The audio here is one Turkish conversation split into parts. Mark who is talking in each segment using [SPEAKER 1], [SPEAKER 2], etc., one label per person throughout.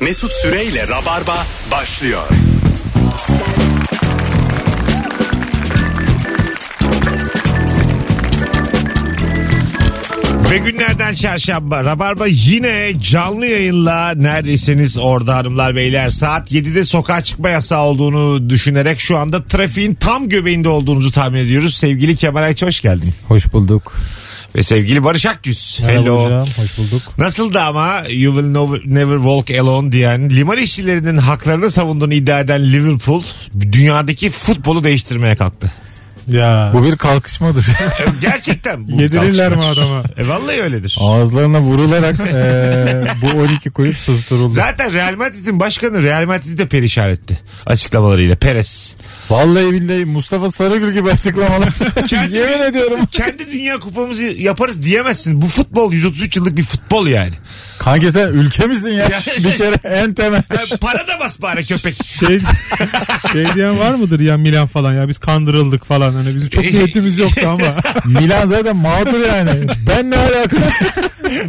[SPEAKER 1] Mesut Süreyle Rabarba başlıyor.
[SPEAKER 2] Ve günlerden çarşamba Rabarba yine canlı yayınla neredesiniz orada hanımlar beyler saat 7'de sokağa çıkma yasağı olduğunu düşünerek şu anda trafiğin tam göbeğinde olduğunuzu tahmin ediyoruz. Sevgili Kemal Ayça hoş geldin
[SPEAKER 3] Hoş bulduk.
[SPEAKER 2] ve sevgili Barış Akgüz.
[SPEAKER 3] Merhaba hocam, hoş bulduk.
[SPEAKER 2] Nasıl da ama you will never, never walk alone diyen liman işçilerinin haklarını savunduğunu iddia eden Liverpool dünyadaki futbolu değiştirmeye kalktı.
[SPEAKER 4] Ya.
[SPEAKER 3] Bu bir kalkışmadır.
[SPEAKER 2] Gerçekten. bu
[SPEAKER 4] Yedirirler mi
[SPEAKER 2] kalkışma.
[SPEAKER 4] adama?
[SPEAKER 2] E vallahi öyledir.
[SPEAKER 3] Ağızlarına vurularak
[SPEAKER 4] Ee,
[SPEAKER 3] eee, bu 12 kulüp susturuldu.
[SPEAKER 2] Zaten Real Madrid'in başkanı Real Madrid'i de perişan etti açıklamalarıyla. Perez.
[SPEAKER 3] Vallahi billahi Mustafa Sarıgül gibi açıklamalar.
[SPEAKER 2] Kendi-
[SPEAKER 3] Yemin ediyorum.
[SPEAKER 2] Kendi dünya kupamızı yaparız diyemezsin. Bu futbol 133 yıllık bir futbol yani.
[SPEAKER 3] Kanka sen ülke misin ya? bir kere en temel.
[SPEAKER 2] Ya para da bas bari köpek.
[SPEAKER 4] Şey, şey diyen var mıdır ya Milan falan ya biz kandırıldık falan hani bizim çok niyetimiz yoktu ama.
[SPEAKER 3] Milan zaten mağdur yani. Ben ne alakalı?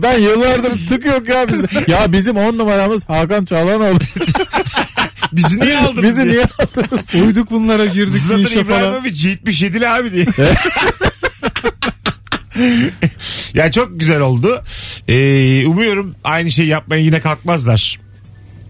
[SPEAKER 3] ben yıllardır tık yok ya bizde. Ya bizim 10 numaramız Hakan Çalhanoğlu.
[SPEAKER 2] Bizi niye aldınız?
[SPEAKER 3] Bizi niye aldı?
[SPEAKER 4] Uyduk bunlara girdik bir
[SPEAKER 2] Zlatan
[SPEAKER 4] işe falan.
[SPEAKER 2] İbrahimovic 77'li abi diye. ya çok güzel oldu. Ee, umuyorum aynı şeyi yapmaya yine kalkmazlar.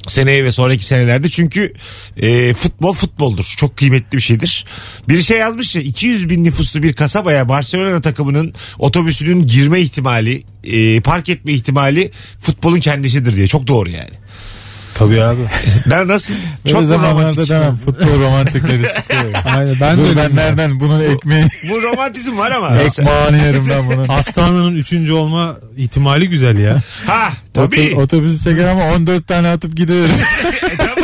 [SPEAKER 2] Seneye ve sonraki senelerde çünkü e, futbol futboldur. Çok kıymetli bir şeydir. Bir şey yazmış ya 200 bin nüfuslu bir kasabaya Barcelona takımının otobüsünün girme ihtimali, e, park etme ihtimali futbolun kendisidir diye. Çok doğru yani.
[SPEAKER 3] Tabii abi.
[SPEAKER 2] Ben nasıl?
[SPEAKER 3] Çok
[SPEAKER 2] Çok mu romantik.
[SPEAKER 3] zamanlarda demem futbol romantikleri sıkıyor.
[SPEAKER 4] Aynen ben de
[SPEAKER 3] Dur
[SPEAKER 4] öyleyim
[SPEAKER 3] ben
[SPEAKER 4] ya.
[SPEAKER 3] nereden bunun ekmeği
[SPEAKER 2] Bu romantizm var ama.
[SPEAKER 3] ekmağını yerim ben bunun.
[SPEAKER 4] Hastanenin üçüncü olma ihtimali güzel ya.
[SPEAKER 2] Ha tabii.
[SPEAKER 3] Otu- Otobüsü çeker ama 14 tane atıp gidiyoruz.
[SPEAKER 2] E tamam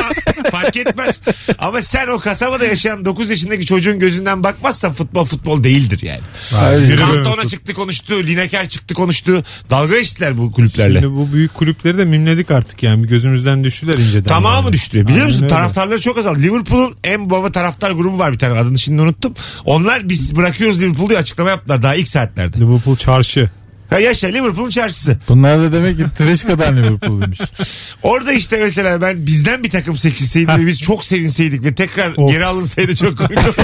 [SPEAKER 2] fark etmez. Ama sen o kasabada yaşayan 9 yaşındaki çocuğun gözünden bakmazsan futbol futbol değildir yani.
[SPEAKER 3] Hayır.
[SPEAKER 2] Kantona çıktı konuştu, Lineker çıktı konuştu. Dalga geçtiler bu kulüplerle.
[SPEAKER 4] Şimdi bu büyük kulüpleri de mimledik artık yani Bir gözümüzden düştüler inceden.
[SPEAKER 2] Tamamı
[SPEAKER 4] yani.
[SPEAKER 2] düştü. Biliyor
[SPEAKER 4] Aynen
[SPEAKER 2] musun?
[SPEAKER 4] öyle.
[SPEAKER 2] Taraftarları çok azaldı. Liverpool'un en baba taraftar grubu var bir tane. Adını şimdi unuttum. Onlar biz bırakıyoruz Liverpool diye açıklama yaptılar daha ilk saatlerde.
[SPEAKER 4] Liverpool çarşı.
[SPEAKER 2] Ha yaşa Liverpool'un çarşısı.
[SPEAKER 3] Bunlar da demek ki Trişka'dan Liverpool'muş.
[SPEAKER 2] Orada işte mesela ben bizden bir takım seçilseydi ve biz çok sevinseydik ve tekrar
[SPEAKER 4] Of.
[SPEAKER 2] geri alınsaydı çok komik olurdu.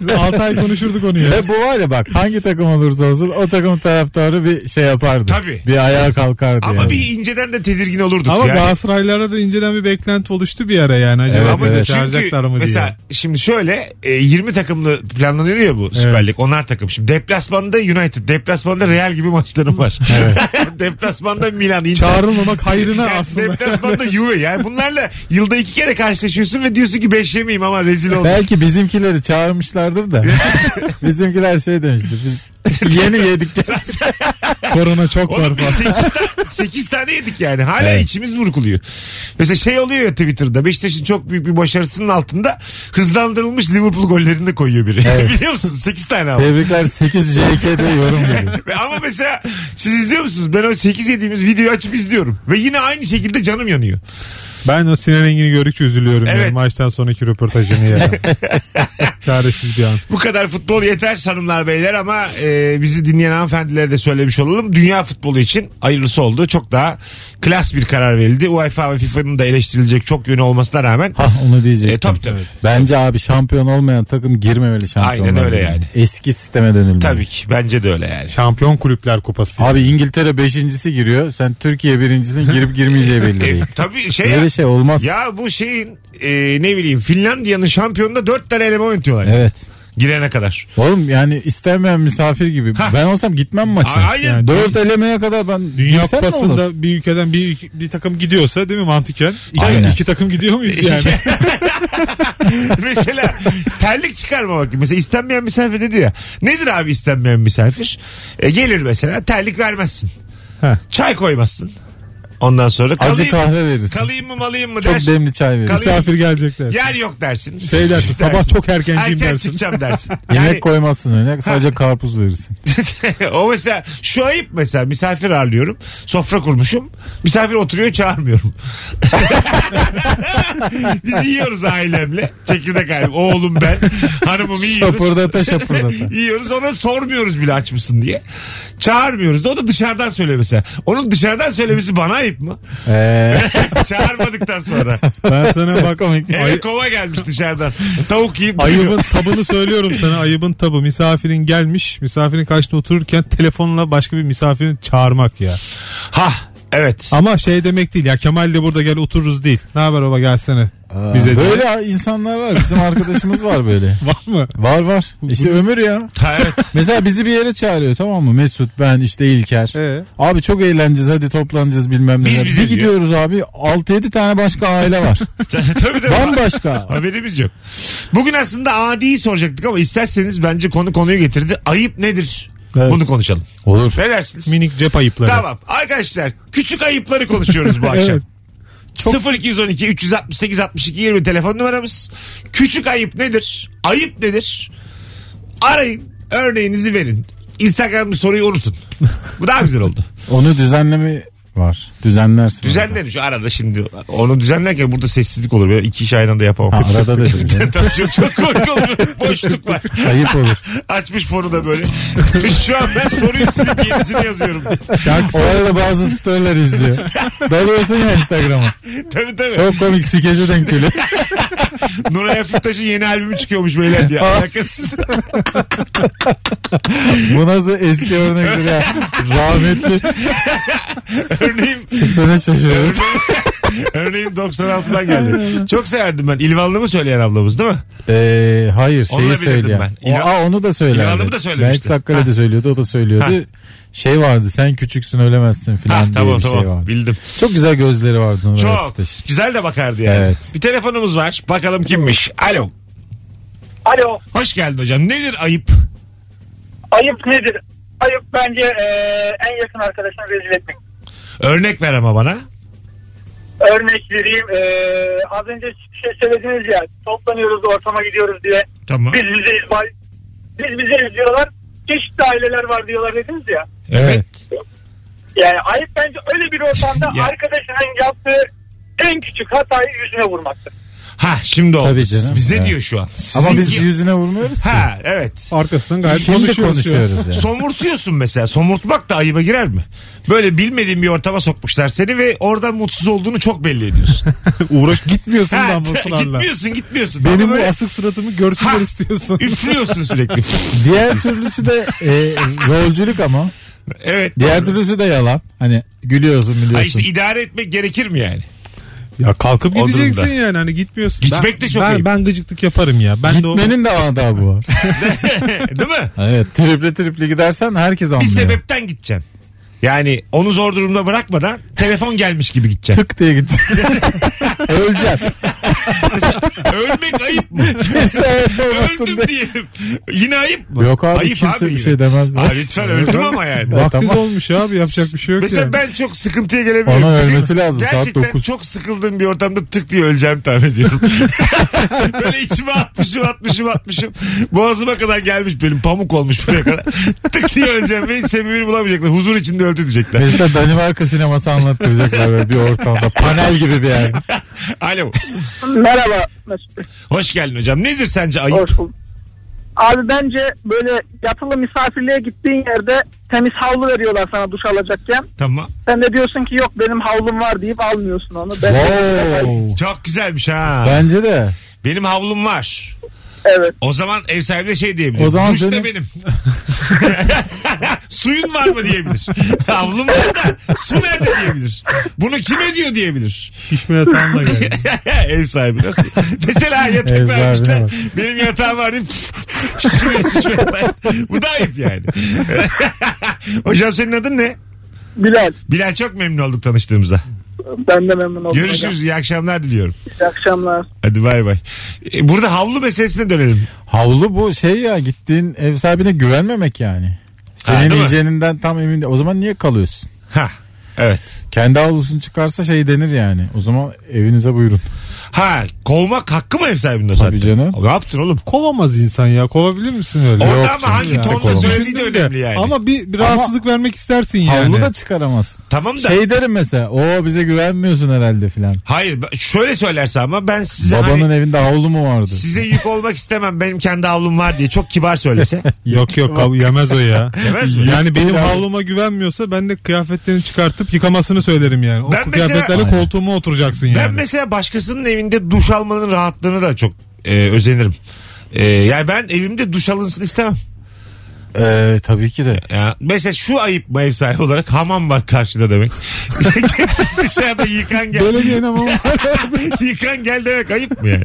[SPEAKER 4] Biz 6 ay konuşurduk onu ya.
[SPEAKER 3] Ve bu var ya bak hangi takım olursa olsun o takım taraftarı bir şey yapardı.
[SPEAKER 2] Tabii.
[SPEAKER 3] Bir ayağa kalkardı
[SPEAKER 2] Ama
[SPEAKER 3] yani.
[SPEAKER 2] bir inceden de tedirgin olurduk.
[SPEAKER 4] Ama
[SPEAKER 2] yani.
[SPEAKER 4] Galatasaraylara da incelen bir beklenti oluştu bir ara yani. Acaba
[SPEAKER 3] Evet,
[SPEAKER 2] Ama
[SPEAKER 4] bizi
[SPEAKER 3] evet.
[SPEAKER 4] çağıracaklar
[SPEAKER 2] çünkü
[SPEAKER 4] mı diye.
[SPEAKER 2] mesela şimdi şöyle e, 20 takımlı planlanıyor ya bu Süper
[SPEAKER 4] Evet.
[SPEAKER 2] Lig. Onlar takım. Şimdi deplasmanda United, deplasmanda Real gibi maçlarım var. deplasmanda Milan, Inter.
[SPEAKER 4] Çağrılmamak hayrına aslında.
[SPEAKER 2] Deplasmanda Juve. Yani bunlarla yılda iki kere karşılaşıyorsun ve diyorsun ki beş yemeyeyim ama rezil oldum.
[SPEAKER 3] Belki bizimkileri çağırmışlardır da. bizimkiler şey demişti biz yeni yedik.
[SPEAKER 4] Korona çok var
[SPEAKER 2] Oğlum biz
[SPEAKER 4] falan.
[SPEAKER 2] 8 tane, 8 tane yedik yani. Hala
[SPEAKER 3] Evet.
[SPEAKER 2] içimiz burkuluyor. Mesela şey oluyor ya Twitter'da Beşiktaş'ın çok büyük bir başarısının altında hızlandırılmış Liverpool gollerini de koyuyor biri. Biliyor musun? 8 tane ama.
[SPEAKER 3] Tebrikler 8 JK'de yorum geliyor.
[SPEAKER 2] Ve Ama mesela siz izliyor musunuz? Ben o 8 yediğimiz videoyu açıp izliyorum. Ve yine aynı şekilde canım yanıyor.
[SPEAKER 4] Ben o Sinan Engin'i gördükçe üzülüyorum.
[SPEAKER 2] Evet.
[SPEAKER 4] Yani maçtan sonraki röportajını ya. Çaresiz bir an.
[SPEAKER 2] Bu kadar futbol yeter hanımlar beyler ama e, bizi dinleyen hanımefendilere de söylemiş olalım. Dünya futbolu için hayırlısı oldu. Çok daha klas bir karar verildi. UEFA ve FIFA'nın da eleştirilecek çok yönü olmasına rağmen.
[SPEAKER 3] Ha onu diyecektim.
[SPEAKER 2] E, tabii tabii.
[SPEAKER 3] Bence abi şampiyon olmayan takım girmemeli şampiyonlar.
[SPEAKER 2] Aynen öyle
[SPEAKER 3] Ligi'ne.
[SPEAKER 2] yani.
[SPEAKER 3] Eski sisteme dönülmeli.
[SPEAKER 2] Tabii ki bence de öyle yani.
[SPEAKER 4] Şampiyon Kulüpler Kupası.
[SPEAKER 3] Abi İngiltere beşincisi giriyor. Sen Türkiye birincisinin girip girmeyeceği belli
[SPEAKER 2] E,
[SPEAKER 3] değil.
[SPEAKER 2] tabii şey ya,
[SPEAKER 3] Böyle şey olmaz.
[SPEAKER 2] ya bu şeyin e, ne bileyim Finlandiya'nın şampiyonunda 4 tane eleme oynatıyorlar.
[SPEAKER 3] Evet.
[SPEAKER 2] Girene kadar.
[SPEAKER 3] Oğlum yani istemeyen misafir gibi. Ben olsam gitmem maça.
[SPEAKER 2] A- hayır.
[SPEAKER 3] Yani dört elemeye kadar ben
[SPEAKER 4] Dünya
[SPEAKER 3] girsem ne olur?
[SPEAKER 4] Kupası'nda bir ülkeden bir, bir takım gidiyorsa değil mi mantıken? İki,
[SPEAKER 3] Aynen.
[SPEAKER 4] iki takım gidiyor muyuz yani?
[SPEAKER 2] mesela terlik çıkarma bakayım. Mesela istenmeyen misafir dedi ya. Nedir abi istenmeyen misafir? E, gelir mesela terlik vermezsin.
[SPEAKER 4] Heh.
[SPEAKER 2] Çay koymazsın. Ondan sonra kalayım,
[SPEAKER 3] acı kahve verirsin.
[SPEAKER 2] kalayım mı malayım mı
[SPEAKER 3] Çok
[SPEAKER 2] dersin.
[SPEAKER 3] demli çay verirsin.
[SPEAKER 2] Kalayım.
[SPEAKER 4] Misafir gelecekler.
[SPEAKER 2] Yer yok dersin.
[SPEAKER 4] Şey dersin, sabah çok erkenciyim
[SPEAKER 2] Erken
[SPEAKER 4] dersin.
[SPEAKER 2] çıkacağım dersin.
[SPEAKER 3] Yemek koymazsın öyle. Sadece karpuz verirsin.
[SPEAKER 2] o mesela şu ayıp mesela misafir ağırlıyorum. Sofra kurmuşum. Misafir oturuyor çağırmıyorum. Biz yiyoruz ailemle. Çekirdek ailem. Oğlum ben. Hanımım yiyoruz.
[SPEAKER 3] Şapırdata şapırdata.
[SPEAKER 2] Yiyoruz ona sormuyoruz bile aç mısın diye. Çağırmıyoruz. O da dışarıdan söyle mesela. Onun dışarıdan söylemesi bana ayıp. ayıp mı?
[SPEAKER 3] Ee,
[SPEAKER 2] Çağırmadıktan sonra.
[SPEAKER 4] Ben sana bak
[SPEAKER 2] Eve
[SPEAKER 4] ayı-
[SPEAKER 2] kova gelmiş dışarıdan. Tavuk yiyip duruyor.
[SPEAKER 4] ayıbın tabını söylüyorum sana. Ayıbın tabı. Misafirin gelmiş. Misafirin karşısında otururken telefonla başka bir misafirin çağırmak ya.
[SPEAKER 2] Ha evet.
[SPEAKER 4] Ama şey demek değil ya Kemal de burada gel otururuz değil. Ne haber baba gelsene. Bize de-
[SPEAKER 3] Ee, böyle insanlar var. Bizim arkadaşımız var böyle.
[SPEAKER 4] Var mı?
[SPEAKER 3] Var var. İşte ömür ya.
[SPEAKER 2] Ha, evet.
[SPEAKER 3] Mesela bizi bir yere çağırıyor tamam mı? Mesut, ben, işte İlker.
[SPEAKER 4] Ee?
[SPEAKER 3] Abi çok eğleneceğiz hadi toplanacağız bilmem
[SPEAKER 2] Biz
[SPEAKER 3] ne.
[SPEAKER 2] bize
[SPEAKER 3] Bir gidiyoruz abi 6-7 tane başka aile var.
[SPEAKER 2] tabii tabii.
[SPEAKER 3] Bambaşka.
[SPEAKER 2] Haberimiz yok. Bugün aslında adiyi soracaktık ama isterseniz bence konu konuyu getirdi. Ayıp nedir?
[SPEAKER 4] Evet.
[SPEAKER 2] Bunu konuşalım.
[SPEAKER 3] Olur.
[SPEAKER 2] Ne dersiniz?
[SPEAKER 4] Minik cep ayıpları.
[SPEAKER 2] Tamam. Arkadaşlar küçük ayıpları konuşuyoruz bu akşam. 0212 368 62 20 telefon numaramız. Küçük ayıp nedir? Ayıp nedir? Arayın. Örneğinizi verin. Instagram'da soruyu unutun. Bu daha güzel oldu.
[SPEAKER 3] Onu düzenleme var. Düzenlersin.
[SPEAKER 2] Düzenlerim şu arada şimdi. Onu düzenlerken burada sessizlik olur. Böyle iki iş aynı anda yapamam.
[SPEAKER 3] Ha, arada dedim ya.
[SPEAKER 2] Tabii çok, çok komik olur. Boşluk var.
[SPEAKER 3] Ayıp olur.
[SPEAKER 2] Açmış fonu da böyle. Şu an ben soruyu silip yenisini yazıyorum.
[SPEAKER 3] O arada bazı storyler izliyor. Dalıyorsun ya Instagram'a.
[SPEAKER 2] Tabii tabii.
[SPEAKER 3] Çok komik skece denk geliyor.
[SPEAKER 2] Nuray Afiftaş'ın yeni albümü çıkıyormuş beyler diye. Alakasız.
[SPEAKER 3] Bu nasıl eski örnektir ya. Rahmetli.
[SPEAKER 2] örneğim,
[SPEAKER 3] Sana şaşırıyoruz.
[SPEAKER 2] örneğim 96'dan geldi. Çok severdim ben. İlvanlı mı söyleyen ablamız değil mi?
[SPEAKER 3] Ee, hayır
[SPEAKER 2] Onu da
[SPEAKER 3] şeyi
[SPEAKER 2] bilirdim
[SPEAKER 3] söyleyen.
[SPEAKER 2] ben. İlhan-
[SPEAKER 3] O- aa, onu da söylerdi.
[SPEAKER 2] İlhan'ımı da söylemişti.
[SPEAKER 3] Mert Sakkale de söylüyordu o da söylüyordu.
[SPEAKER 2] Ha.
[SPEAKER 3] Şey vardı sen küçüksün ölemezsin
[SPEAKER 2] Ha,
[SPEAKER 3] filan diye
[SPEAKER 2] tamam
[SPEAKER 3] bir
[SPEAKER 2] tamam.
[SPEAKER 3] şey vardı.
[SPEAKER 2] Bildim.
[SPEAKER 3] Çok güzel gözleri vardı Nurhan
[SPEAKER 2] Çok.
[SPEAKER 3] Aktaş.
[SPEAKER 2] Güzel de bakardı yani.
[SPEAKER 3] Evet.
[SPEAKER 2] Bir telefonumuz var. Bakalım kimmiş. Alo.
[SPEAKER 5] Alo.
[SPEAKER 2] Hoş geldin hocam. Nedir ayıp?
[SPEAKER 5] Ayıp nedir? Ayıp bence eee, en yakın arkadaşını rezil etmek.
[SPEAKER 2] Örnek ver ama bana.
[SPEAKER 5] Örnek vereyim. eee, az önce bir şey söylediniz ya. Toplanıyoruz ortama gidiyoruz diye.
[SPEAKER 2] Tamma.
[SPEAKER 5] Biz bize biz bize diyorlar. Çeşitli aileler var diyorlar dediniz ya.
[SPEAKER 2] Evet.
[SPEAKER 5] Yani ayıp bence öyle bir ortamda
[SPEAKER 2] Ya.
[SPEAKER 5] arkadaşının yaptığı en küçük hatayı yüzüne vurmaktır.
[SPEAKER 2] Ha şimdi oldu.
[SPEAKER 3] Tabii canım.
[SPEAKER 2] Bize
[SPEAKER 3] Evet.
[SPEAKER 2] diyor şu an.
[SPEAKER 3] Ama
[SPEAKER 2] Siz
[SPEAKER 3] biz
[SPEAKER 2] ki-
[SPEAKER 3] yüzüne vurmuyoruz ki.
[SPEAKER 2] Ha evet.
[SPEAKER 4] Arkasından gayet
[SPEAKER 3] Şimdi
[SPEAKER 4] konuşuyoruz.
[SPEAKER 3] konuşuyoruz ya.
[SPEAKER 2] Somurtuyorsun mesela. Somurtmak da ayıba girer mi? Böyle bilmediğin bir ortama sokmuşlar seni ve oradan mutsuz olduğunu çok belli ediyorsun.
[SPEAKER 4] Uğraş gitmiyorsun
[SPEAKER 2] ha,
[SPEAKER 4] da bu sularla.
[SPEAKER 2] gitmiyorsun gitmiyorsun. Ama
[SPEAKER 4] Benim bu
[SPEAKER 2] böyle
[SPEAKER 4] asık suratımı görsünler
[SPEAKER 2] Ha.
[SPEAKER 4] istiyorsun.
[SPEAKER 2] üflüyorsun sürekli.
[SPEAKER 3] Diğer türlüsü de e, rolcülük ama.
[SPEAKER 2] evet.
[SPEAKER 3] Diğer türlüsü de yalan. Hani gülüyorsun
[SPEAKER 2] Ha
[SPEAKER 3] biliyorsun.
[SPEAKER 2] işte idare etmek gerekir mi yani?
[SPEAKER 4] Ya kalkıp
[SPEAKER 2] O
[SPEAKER 4] gideceksin
[SPEAKER 2] durumda.
[SPEAKER 4] yani hani gitmiyorsun.
[SPEAKER 2] Gitmek
[SPEAKER 4] ben,
[SPEAKER 2] de çok
[SPEAKER 4] ben,
[SPEAKER 2] ayıp.
[SPEAKER 4] ben gıcıklık yaparım ya. Ben de o...
[SPEAKER 3] Gitmenin de adabı var.
[SPEAKER 2] Değil mi?
[SPEAKER 3] evet triple triple gidersen herkes
[SPEAKER 2] Bir
[SPEAKER 3] anlıyor.
[SPEAKER 2] sebepten gideceksin. Yani onu zor durumda bırakmadan telefon gelmiş gibi gideceksin.
[SPEAKER 3] Tık diye gideceksin. Öleceksin.
[SPEAKER 2] Ölmek ayıp mı?
[SPEAKER 3] Kimse ölemezsin
[SPEAKER 2] Öldüm
[SPEAKER 3] diye.
[SPEAKER 2] diyelim. Yine ayıp mı?
[SPEAKER 3] Yok abi
[SPEAKER 2] ayıp
[SPEAKER 3] kimse bir
[SPEAKER 2] yine.
[SPEAKER 3] şey demez.
[SPEAKER 2] Abi lütfen öldüm ama yani.
[SPEAKER 4] Vakti
[SPEAKER 3] Tamam.
[SPEAKER 4] dolmuş abi yapacak bir şey yok
[SPEAKER 2] Mesela
[SPEAKER 4] yani.
[SPEAKER 2] ben çok sıkıntıya gelebilirim.
[SPEAKER 3] Ona ölmesi lazım saat
[SPEAKER 2] Gerçekten
[SPEAKER 3] 9.
[SPEAKER 2] çok sıkıldığım bir ortamda tık diye öleceğim tahmin ediyorum. Böyle içime atmışım atmışım atmışım. Boğazıma kadar gelmiş benim pamuk olmuş buraya kadar. tık diye öleceğim ve hiç sebebini bulamayacaklar. Huzur içinde öldü diyecekler.
[SPEAKER 3] Mesela Danimarka sineması anlattıracaklar böyle bir ortamda. Panel gibi bir yer.
[SPEAKER 2] Alo.
[SPEAKER 5] Merhaba Mesut Bey.
[SPEAKER 2] Hoş geldin hocam. Nedir sence ayıp?
[SPEAKER 5] Hoş bulduk. Abi bence böyle yatılı misafirliğe gittiğin yerde temiz havlu veriyorlar sana duş alacakken.
[SPEAKER 2] Tamam.
[SPEAKER 5] Sen de diyorsun ki yok benim havlum var deyip almıyorsun onu. Ben
[SPEAKER 3] Wow.
[SPEAKER 2] Çok güzelmiş ha.
[SPEAKER 3] Bence de.
[SPEAKER 2] Benim havlum var.
[SPEAKER 5] Evet.
[SPEAKER 2] O zaman ev sahibi de şey diyebilir. O
[SPEAKER 3] O zaman
[SPEAKER 2] Duş da
[SPEAKER 3] senin-
[SPEAKER 2] benim. Suyun var mı diyebilir. Havlum var da su nerede diyebilir. Bunu kim ediyor diyebilir.
[SPEAKER 4] Şişme yatağımla geldim.
[SPEAKER 2] ev sahibi nasıl? Mesela yatak
[SPEAKER 3] Ev sahibine
[SPEAKER 2] vermişler.
[SPEAKER 3] bak.
[SPEAKER 2] Benim yatağım var deyip şişme, şişme yatağı. Bu da ayıp yani. Hocam senin adın ne?
[SPEAKER 5] Bilal
[SPEAKER 2] Bilal çok memnun olduk tanıştığımıza.
[SPEAKER 5] ben de memnun oldum. hocam.
[SPEAKER 2] Görüşürüz. iyi akşamlar diliyorum.
[SPEAKER 5] İyi akşamlar.
[SPEAKER 2] Hadi bay bay. E, Burada havlu meselesine dönelim.
[SPEAKER 3] Havlu bu şey ya gittiğin ev sahibine güvenmemek yani. Senin
[SPEAKER 2] değil mi?
[SPEAKER 3] yiyeceğinden tam emin de- O zaman niye kalıyorsun?
[SPEAKER 2] Ha. Evet.
[SPEAKER 3] Kendi havlusunu çıkarsa şey denir yani. O zaman evinize buyurun.
[SPEAKER 2] Ha kovmak hakkı mı ev sahibinde zaten?
[SPEAKER 3] canım.
[SPEAKER 2] Ne yaptın oğlum?
[SPEAKER 4] Kovamaz insan ya. Kovabilir misin öyle?
[SPEAKER 2] Orada
[SPEAKER 3] Yok
[SPEAKER 2] ama
[SPEAKER 3] canım
[SPEAKER 2] hangi
[SPEAKER 3] ya.
[SPEAKER 2] tonda
[SPEAKER 3] Kovamaz.
[SPEAKER 2] söylediği de
[SPEAKER 4] Düşündün de.
[SPEAKER 2] önemli yani.
[SPEAKER 4] Ama bir, bir rahatsızlık vermek istersin yani.
[SPEAKER 3] Havlu da çıkaramaz.
[SPEAKER 2] tamam da
[SPEAKER 3] Şey derim mesela o bize güvenmiyorsun herhalde filan.
[SPEAKER 2] hayır ben- şöyle söylerse ama ben size
[SPEAKER 3] Babanın
[SPEAKER 2] hani,
[SPEAKER 3] evinde havlu mu vardı?
[SPEAKER 2] size yük olmak istemem benim kendi avlum var diye çok kibar söylese.
[SPEAKER 4] Yok yok kav- yemez o ya.
[SPEAKER 2] Yemez mi?
[SPEAKER 4] Yani benim
[SPEAKER 3] abi.
[SPEAKER 4] havluma güvenmiyorsa ben de kıyafetlerini çıkartıp yıkamasını söylerim yani. O
[SPEAKER 2] Ben mesela-
[SPEAKER 4] kıyafetlerle
[SPEAKER 3] Aynen.
[SPEAKER 4] koltuğuma oturacaksın yani.
[SPEAKER 2] Ben mesela başkasının evinde duş almanın rahatlığını da çok e, özenirim. E, yani ben evimde duş alınsın istemem.
[SPEAKER 3] Ee, tabii ki de.
[SPEAKER 2] Ya, mesela şu ayıp mı ev sahibi olarak hamam var karşıda demek. Dışarıda yıkan gel.
[SPEAKER 3] Belediyenin ama
[SPEAKER 2] yıkan gel demek ayıp mı yani?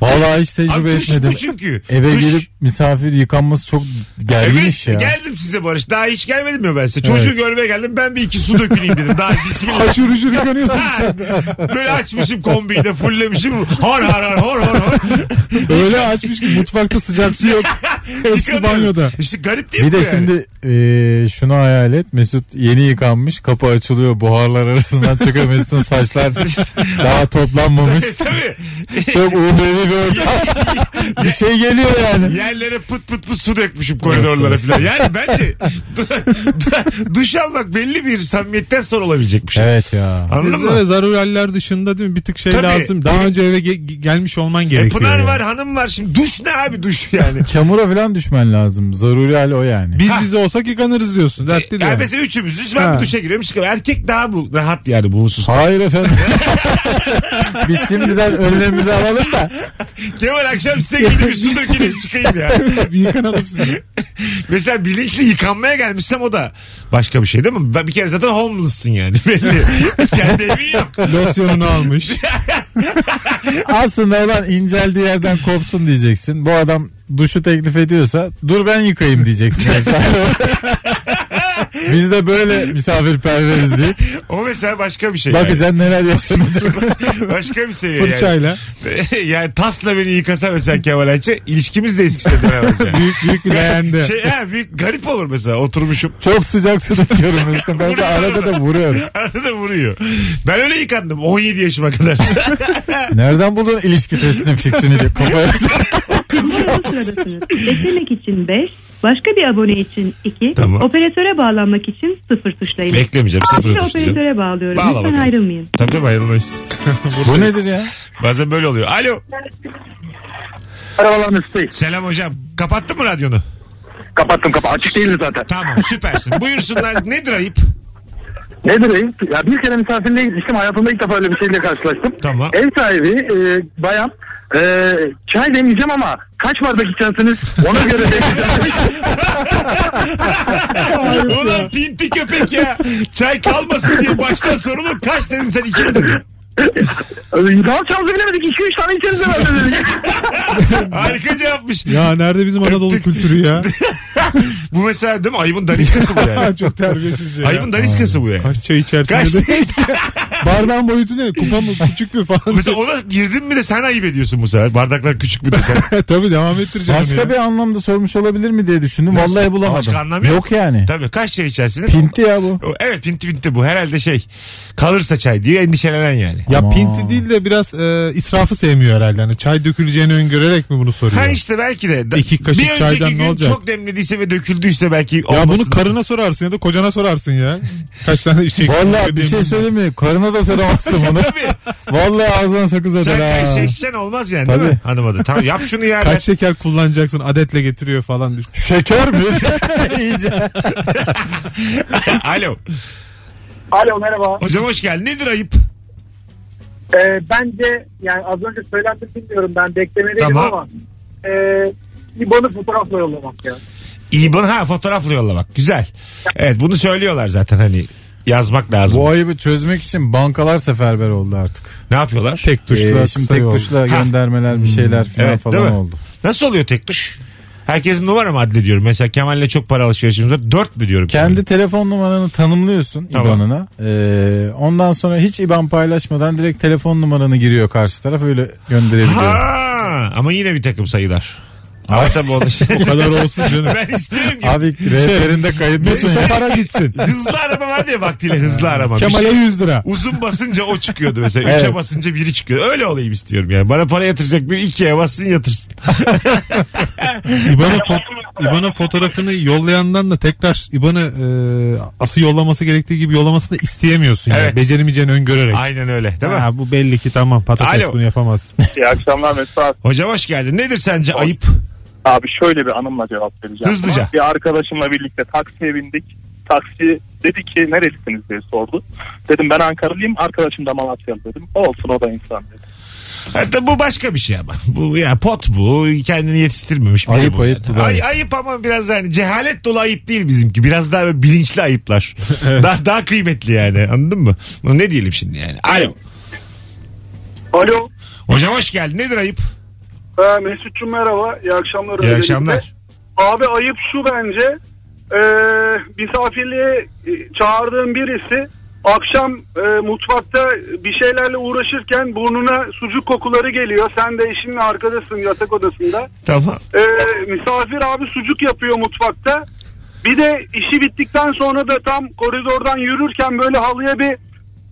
[SPEAKER 3] Vallahi hiç tecrübe
[SPEAKER 2] Abi duş
[SPEAKER 3] etmedim.
[SPEAKER 2] bu çünkü.
[SPEAKER 3] Eve
[SPEAKER 2] Duş.
[SPEAKER 3] gelip misafir yıkanması çok
[SPEAKER 2] Evet,
[SPEAKER 3] gerginmiş ya.
[SPEAKER 2] geldim size Barış. Daha hiç gelmedim mi ben size? Çocuğu görmeye geldim. Ben bir iki su döküneyim dedim. Daha bismillah.
[SPEAKER 3] Haşır huşur yıkanıyorsun.
[SPEAKER 2] Ha, Böyle açmışım kombiyi de fulllemişim. Hor hor hor hor hor. hor.
[SPEAKER 3] Öyle açmış ki mutfakta sıcak su yok.
[SPEAKER 2] Yıkanıyorum. İşte garip değil mi?
[SPEAKER 3] Bir de
[SPEAKER 2] yani?
[SPEAKER 3] şimdi e, şunu hayal et. Mesut yeni yıkanmış. Kapı açılıyor. Buharlar arasından çıkıyor Mesut'un saçlar. daha toplanmamış.
[SPEAKER 2] E, Tabii.
[SPEAKER 3] Çok uğurlu bir ortam. bir şey geliyor yani.
[SPEAKER 2] Yerlere pıt pıt pıt su dökmüşüm koridorlara falan. Yani bence du- du- duş almak belli bir samimiyetten sonra olabilecek bir şey.
[SPEAKER 3] Evet ya.
[SPEAKER 2] Anladın
[SPEAKER 4] Mesela
[SPEAKER 2] mı?
[SPEAKER 4] zaruri haller dışında değil mi? Bir tık şey
[SPEAKER 2] Tabii.
[SPEAKER 4] lazım. Daha önce eve ge- gelmiş olman
[SPEAKER 2] E,
[SPEAKER 4] gerekiyor.
[SPEAKER 2] Pınar
[SPEAKER 4] yani.
[SPEAKER 2] var, hanım var. Şimdi duş ne abi duş yani?
[SPEAKER 3] Çamura falan düşmen lazım. Zaruri hal o yani.
[SPEAKER 4] Biz
[SPEAKER 2] Ha.
[SPEAKER 4] biz olsak yıkanırız diyorsun. Dertli de
[SPEAKER 2] yani
[SPEAKER 4] yani.
[SPEAKER 2] mesela üçümüzüz. Ben
[SPEAKER 4] Ha.
[SPEAKER 2] bir duşa giriyorum çıkıyorum. Erkek daha bu rahat yani bu hususta.
[SPEAKER 3] Hayır efendim. Biz şimdiden önlemimizi alalım da.
[SPEAKER 2] Kemal akşam size gidip bir su dökeyim çıkayım ya.
[SPEAKER 4] bir yıkanalım size.
[SPEAKER 2] Mesela bilinçli yıkanmaya gelmişsem o da başka bir şey değil mi? Ben bir kere zaten homeless'sın yani belli. Kendi evin yok.
[SPEAKER 4] Losyonunu almış.
[SPEAKER 3] Aslında olan inceldiği yerden kopsun diyeceksin. Bu adam duşu teklif ediyorsa dur ben yıkayayım diyeceksin. Biz de böyle misafirperveriz deyip
[SPEAKER 2] O mesela başka bir şey. yani.
[SPEAKER 3] bakacaksın neler yaşanacak.
[SPEAKER 2] Başka bir seviye şey yani.
[SPEAKER 4] Fırçayla.
[SPEAKER 2] yani tasla beni yıkasa mesela Kemal Ayça ilişkimiz de eskisi dönemez yani.
[SPEAKER 4] Büyük büyük bir leğende.
[SPEAKER 2] şey, ha, büyük garip olur mesela oturmuşum
[SPEAKER 3] Çok sıcak su döküyorum üstüne. Ben de arada da vuruyorum.
[SPEAKER 2] arada vuruyor. Ben öyle yıkandım 17 yaşıma kadar.
[SPEAKER 3] Nereden buldun ilişki testinin fikrini diye kafaya.
[SPEAKER 6] Kontrol sırasınız. Beklemek için 5, başka bir abone için 2,
[SPEAKER 2] Tamam.
[SPEAKER 6] operatöre bağlanmak için 0 tuşlayın.
[SPEAKER 2] Beklemeyeceğim sıfır
[SPEAKER 6] Şimdi
[SPEAKER 2] atışlayacağım.
[SPEAKER 6] operatöre bağlıyorum.
[SPEAKER 2] Bağla
[SPEAKER 6] Lütfen
[SPEAKER 2] bakalım.
[SPEAKER 6] ayrılmayın.
[SPEAKER 2] Tabii tabii ayrılmayız.
[SPEAKER 3] Bu nedir ya?
[SPEAKER 2] Bazen böyle oluyor. Alo.
[SPEAKER 5] Merhabalar Mesut Bey.
[SPEAKER 2] Selam hocam. Kapattın mı radyonu?
[SPEAKER 5] Kapattım kapat. Açık değildi zaten.
[SPEAKER 2] Tamam süpersin. Buyursunlar nedir ayıp?
[SPEAKER 5] Nedir ayıp? Ya bir kere misafirliğe gitmiştim. Hayatımda ilk defa öyle bir şeyle karşılaştım.
[SPEAKER 2] Tamam.
[SPEAKER 5] Ev sahibi e, bayan e, çay demeyeceğim ama kaç bardak içersiniz ona göre demeyeceğim.
[SPEAKER 2] Ulan pinti köpek ya. Çay kalmasın diye baştan sorulur. Kaç dedin sen iki mi dedin?
[SPEAKER 5] Daha çaldı bilemedik. 2-3 tane içeriz herhalde dedik.
[SPEAKER 2] Harika cevapmış.
[SPEAKER 4] Ya nerede bizim Anadolu
[SPEAKER 2] Öptük.
[SPEAKER 4] kültürü ya?
[SPEAKER 2] Bu mesela değil mi? Ayıbın daniskası bu yani.
[SPEAKER 4] Çok terbiyesizce ya.
[SPEAKER 2] Ayıbın daniskası bu yani.
[SPEAKER 4] Kaç çay içersin
[SPEAKER 2] Kaç
[SPEAKER 4] dedi. Bardağın boyutu ne? Kupa mı? Küçük mü falan.
[SPEAKER 2] Mesela ona girdin mi de sen ayıp ediyorsun bu sefer. Bardaklar küçük mü de sen.
[SPEAKER 4] Tabii devam ettireceğim
[SPEAKER 3] Başka
[SPEAKER 4] ya.
[SPEAKER 3] bir anlamda sormuş olabilir mi diye düşündüm. Vallahi bulamadım.
[SPEAKER 2] Başka anlamı yok.
[SPEAKER 3] Yok yani.
[SPEAKER 2] Tabii kaç çay içersiniz?
[SPEAKER 3] Pinti ya bu.
[SPEAKER 2] O- Evet pinti pinti bu. Herhalde şey kalırsa çay diye endişelenen yani.
[SPEAKER 4] Ya
[SPEAKER 3] Aman.
[SPEAKER 4] pinti değil de biraz e, israfı sevmiyor herhalde. Hani çay döküleceğini öngörerek mi bunu soruyor?
[SPEAKER 2] Ha işte belki de. da-
[SPEAKER 4] İki kaşık
[SPEAKER 2] bir önceki
[SPEAKER 4] çaydan ne
[SPEAKER 2] gün
[SPEAKER 4] olacak?
[SPEAKER 2] çok demlediyse ve döküldüyse belki
[SPEAKER 4] ya
[SPEAKER 2] olmasın.
[SPEAKER 4] bunu karına sorarsın ya da kocana sorarsın ya. Kaç tane içeceksin?
[SPEAKER 3] Vallahi bir şey
[SPEAKER 4] Bilmiyorum.
[SPEAKER 3] söyleyeyim mi? Karına da soramazsın bunu. Vallahi ağzına sakız
[SPEAKER 2] Sen
[SPEAKER 3] atar
[SPEAKER 2] kaç
[SPEAKER 3] ha.
[SPEAKER 2] çay içeceksin olmaz yani değil
[SPEAKER 3] Tabii.
[SPEAKER 2] mi? Hanıma da. Tamam yap şunu ya.
[SPEAKER 4] Kaç şeker kullanacaksın adetle getiriyor falan.
[SPEAKER 3] Şeker mi? İyice.
[SPEAKER 2] ben- Alo.
[SPEAKER 5] Alo merhaba.
[SPEAKER 2] Hocam hoş geldin. Nedir ayıp?
[SPEAKER 5] Ee, bence yani az önce söylendim bilmiyorum ben beklemedeyim
[SPEAKER 2] Tamam.
[SPEAKER 5] ama e, İBAN'ı fotoğrafla yollamak ya.
[SPEAKER 2] İban ha fotoğrafla yolla bak. Güzel. Evet bunu söylüyorlar zaten hani yazmak lazım.
[SPEAKER 3] Bu ayıbı çözmek için bankalar seferber oldu artık.
[SPEAKER 2] Ne yapıyorlar?
[SPEAKER 4] Tek tuşla
[SPEAKER 3] Ee, şimdi
[SPEAKER 4] kısa
[SPEAKER 3] tek
[SPEAKER 4] yol.
[SPEAKER 3] tuşla
[SPEAKER 2] Ha. Hmm.
[SPEAKER 3] göndermeler bir şeyler filan
[SPEAKER 2] Evet, değil
[SPEAKER 3] falan
[SPEAKER 2] mi?
[SPEAKER 3] oldu.
[SPEAKER 2] Nasıl oluyor tek tuş? Herkesin numara mı adli diyorum. Mesela Kemal'le çok para alışverişimiz var. Dört mü diyorum?
[SPEAKER 3] Kendi telefon numaranı tanımlıyorsun
[SPEAKER 2] Tamam.
[SPEAKER 3] IBAN'ına. Ee, ondan sonra hiç IBAN paylaşmadan direkt telefon numaranı giriyor karşı taraf öyle gönderebiliyor.
[SPEAKER 2] Ha, ama yine bir takım sayılar. Ama tabii o da- şey-
[SPEAKER 4] O kadar olsun canım.
[SPEAKER 2] ben istiyorum ki.
[SPEAKER 3] Abi rehberinde kayıtlısın
[SPEAKER 2] Mesut'a
[SPEAKER 3] ya. para gitsin.
[SPEAKER 2] Hızlı araba vardı ya vaktiyle
[SPEAKER 3] Hmm.
[SPEAKER 2] hızlı araba. Bir
[SPEAKER 3] Kemal'e
[SPEAKER 2] şey-
[SPEAKER 3] 100 lira.
[SPEAKER 2] uzun basınca o çıkıyordu mesela.
[SPEAKER 3] Evet.
[SPEAKER 2] Üçe basınca biri çıkıyor. Öyle olayım istiyorum yani. Bana para yatıracak bir ikiye bassın yatırsın.
[SPEAKER 4] İBAN'a, fo- İBAN'a fotoğrafını yollayandan da tekrar İBAN'ı e, asıl yollaması gerektiği gibi yollamasını isteyemiyorsun. yani.
[SPEAKER 2] Evet.
[SPEAKER 4] Beceremeyeceğini öngörerek.
[SPEAKER 2] Aynen öyle değil mi?
[SPEAKER 4] Ha, bu belli ki tamam patates
[SPEAKER 2] Alo.
[SPEAKER 4] bunu yapamaz.
[SPEAKER 5] İyi akşamlar Mesut abi.
[SPEAKER 2] Hocam hoş geldin. Nedir sence ayıp?
[SPEAKER 5] Abi şöyle bir anımla cevap vereceğim.
[SPEAKER 2] Hızlıca.
[SPEAKER 5] Bir arkadaşımla birlikte taksiye bindik. Taksi dedi ki nerelisiniz diye sordu. Dedim ben Ankaralıyım arkadaşım da Malatyalı dedim. Olsun o da insan dedi.
[SPEAKER 2] Hatta bu başka bir şey ama. Bu ya pot bu. Kendini yetiştirmemiş. bir
[SPEAKER 3] Ayıp,
[SPEAKER 2] de bu
[SPEAKER 3] ayıp,
[SPEAKER 2] yani.
[SPEAKER 3] bu da
[SPEAKER 2] Ay-
[SPEAKER 3] ayıp.
[SPEAKER 2] ayıp ama biraz yani cehalet dolu ayıp değil bizimki. Biraz daha böyle bilinçli ayıplar. Daha, daha kıymetli yani. Anladın mı? Bunu ne diyelim şimdi yani? Alo.
[SPEAKER 7] Alo.
[SPEAKER 2] Hocam hoş geldin. Nedir ayıp?
[SPEAKER 7] Ee, Mesut'cum merhaba. İyi akşamlar.
[SPEAKER 2] İyi
[SPEAKER 7] öncelikle.
[SPEAKER 2] akşamlar.
[SPEAKER 7] Abi ayıp şu bence. Ee, misafirliğe e, çağırdığın birisi akşam e, mutfakta bir şeylerle uğraşırken burnuna sucuk kokuları geliyor. Sen de eşinle arkadasın yatak odasında.
[SPEAKER 2] Tamam.
[SPEAKER 7] Ee, misafir abi sucuk yapıyor mutfakta. Bir de işi bittikten sonra da tam koridordan yürürken böyle halıya bir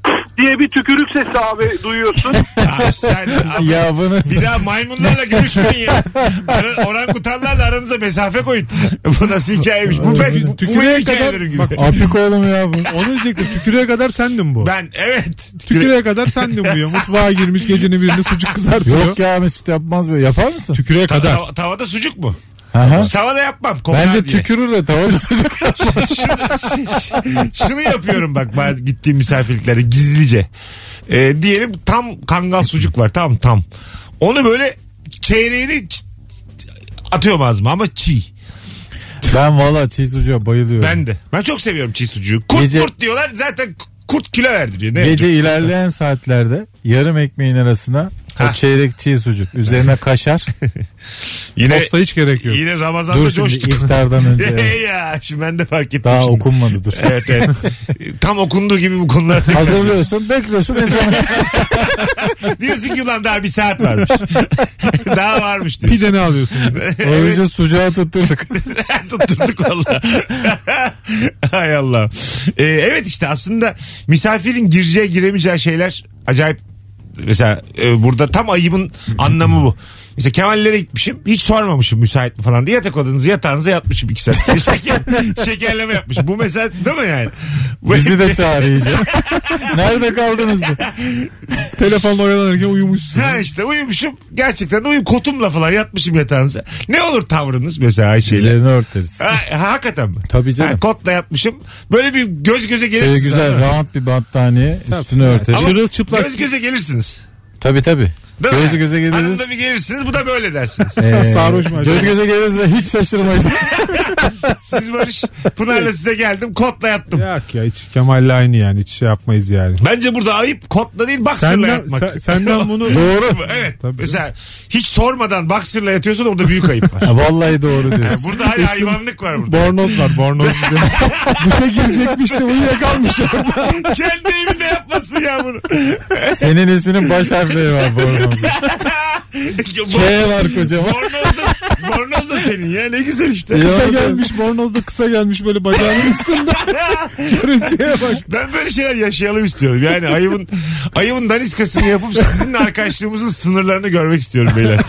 [SPEAKER 7] diye bir tükürük sesi abi duyuyorsun.
[SPEAKER 2] Abi sen abi
[SPEAKER 3] Ya bunu
[SPEAKER 2] Bir daha maymunlarla görüşmeyin ya. Ara- Orangutanlarla aranıza mesafe koyun. Bu nasıl hikayeymiş? Bu ben bu benim
[SPEAKER 4] Tükürüğe kadar.
[SPEAKER 2] hikayelerim gibi.
[SPEAKER 4] Bak,
[SPEAKER 3] Afrik oğlum ya bu.
[SPEAKER 4] onu diyecektim. Tükürüğe kadar sendin bu.
[SPEAKER 2] Ben evet.
[SPEAKER 4] Tükürüğe kadar sendin bu ya. Mutfağa girmiş gecenin birini sucuk kızartıyor.
[SPEAKER 3] Yok ya Mesut yapmaz böyle. Yapar mısın?
[SPEAKER 4] Tükürüğe
[SPEAKER 2] Ta-
[SPEAKER 4] kadar.
[SPEAKER 2] tav- tavada sucuk mu?
[SPEAKER 3] Aha.
[SPEAKER 2] Tavada yapmam. kokar
[SPEAKER 3] Bence
[SPEAKER 2] diye.
[SPEAKER 3] tükürür de tamam mı?
[SPEAKER 2] Şunu yapıyorum bak bazı gittiğim misafirliklere gizlice. Ee, diyelim tam kangal sucuk var tam tam. Onu böyle çeyreğini ç- atıyorum ağzıma ama çiğ.
[SPEAKER 3] Ben valla çiğ sucuğa bayılıyorum.
[SPEAKER 2] Ben de. Ben çok seviyorum çiğ sucuğu. Kurt
[SPEAKER 3] Gece-
[SPEAKER 2] kurt diyorlar zaten kurt kilo verdiriyor. Ne
[SPEAKER 3] Gece ilerleyen saatlerde yarım ekmeğin arasına o çeyrek çiğ sucuk üzerine kaşar.
[SPEAKER 2] Yine
[SPEAKER 4] Posta hiç gerek yok.
[SPEAKER 2] Yine Ramazan'da
[SPEAKER 3] Dur şimdi
[SPEAKER 2] coştuk.
[SPEAKER 3] iftardan önce. evet.
[SPEAKER 2] ya şimdi ben de fark ettim.
[SPEAKER 3] Daha
[SPEAKER 2] şimdi.
[SPEAKER 3] okunmadı dur.
[SPEAKER 2] Evet evet. Tam okunduğu gibi bu konular.
[SPEAKER 3] Hazırlıyorsun bekliyorsun ezanı.
[SPEAKER 2] diyorsun ki lan daha bir saat varmış. daha varmış diyorsun.
[SPEAKER 4] Pideni alıyorsun.
[SPEAKER 3] O yüzden sucuğa tutturduk.
[SPEAKER 2] Tutturduk valla. Hay Allah. Ee, evet işte aslında misafirin gireceği giremeyeceği şeyler acayip mesela e, burada tam ayıbın anlamı bu. Mesela Kemal'lere gitmişim. Hiç sormamışım müsait mi falan diye. Yatak odanızı yatağınıza yatmışım iki saat. Şeker, şekerleme yapmışım. Bu mesela değil mi yani? Bu-
[SPEAKER 3] Bizi de çağır iyice. Nerede kaldınız? diye.
[SPEAKER 4] Telefonla oyalanırken uyumuşsun.
[SPEAKER 2] Ha işte uyumuşum. Gerçekten de uyum kotumla falan yatmışım yatağınıza. Ne olur tavrınız mesela Ayşe'yle?
[SPEAKER 3] Üzerini örteriz.
[SPEAKER 2] Ha, ha, hakikaten mi?
[SPEAKER 3] Tabii canım.
[SPEAKER 2] Ha, kotla yatmışım. Böyle bir göz göze
[SPEAKER 3] Şöyle
[SPEAKER 2] gelirsiniz.
[SPEAKER 3] Şey güzel
[SPEAKER 2] Ha.
[SPEAKER 3] rahat bir battaniye üstünü
[SPEAKER 2] Ama
[SPEAKER 3] örteriz.
[SPEAKER 2] Göz göze gelirsiniz.
[SPEAKER 3] Tabii tabii.
[SPEAKER 2] Değil mi?
[SPEAKER 3] Gözü göze geliriz.
[SPEAKER 2] Anında bir gelirsiniz bu da böyle dersiniz.
[SPEAKER 3] Ee,
[SPEAKER 4] Sarhoş mu acaba?
[SPEAKER 3] Göz göze geliriz ve hiç şaşırmayız.
[SPEAKER 2] Siz Barış Pınar'la size geldim kotla yattım.
[SPEAKER 4] Yok ya hiç Kemal'le aynı yani. Hiç şey yapmayız yani.
[SPEAKER 2] Bence burada ayıp kotla değil boxer'la
[SPEAKER 4] Senden,
[SPEAKER 2] yatmak.
[SPEAKER 4] sen- senden bunu
[SPEAKER 3] doğru.
[SPEAKER 2] Evet.
[SPEAKER 4] Tabii.
[SPEAKER 2] Mesela hiç sormadan boxer'la yatıyorsan orada büyük ayıp var.
[SPEAKER 3] Ha, Vallahi doğru diyorsun.
[SPEAKER 2] burada hala hayvanlık var burada.
[SPEAKER 4] bornoz var. Bornoz bir de.
[SPEAKER 3] Duşa girecekmişti uyuyakalmış orada.
[SPEAKER 2] Kendi evinde yapmasın ya bunu.
[SPEAKER 3] Senin isminin baş harfleri var bornozda. K var kocaman.
[SPEAKER 2] Bornozda, bornoz da senin ya ne güzel işte.
[SPEAKER 3] Kısa
[SPEAKER 4] Kısa
[SPEAKER 3] gelmiş.
[SPEAKER 4] gelmiş bornozda kısa gelmiş böyle bacağının üstünde. Görüntüye bak.
[SPEAKER 2] Ben böyle şeyler yaşayalım istiyorum. Yani ayıbın ayıbın daniskasını yapıp sizin arkadaşlığımızın sınırlarını görmek istiyorum beyler.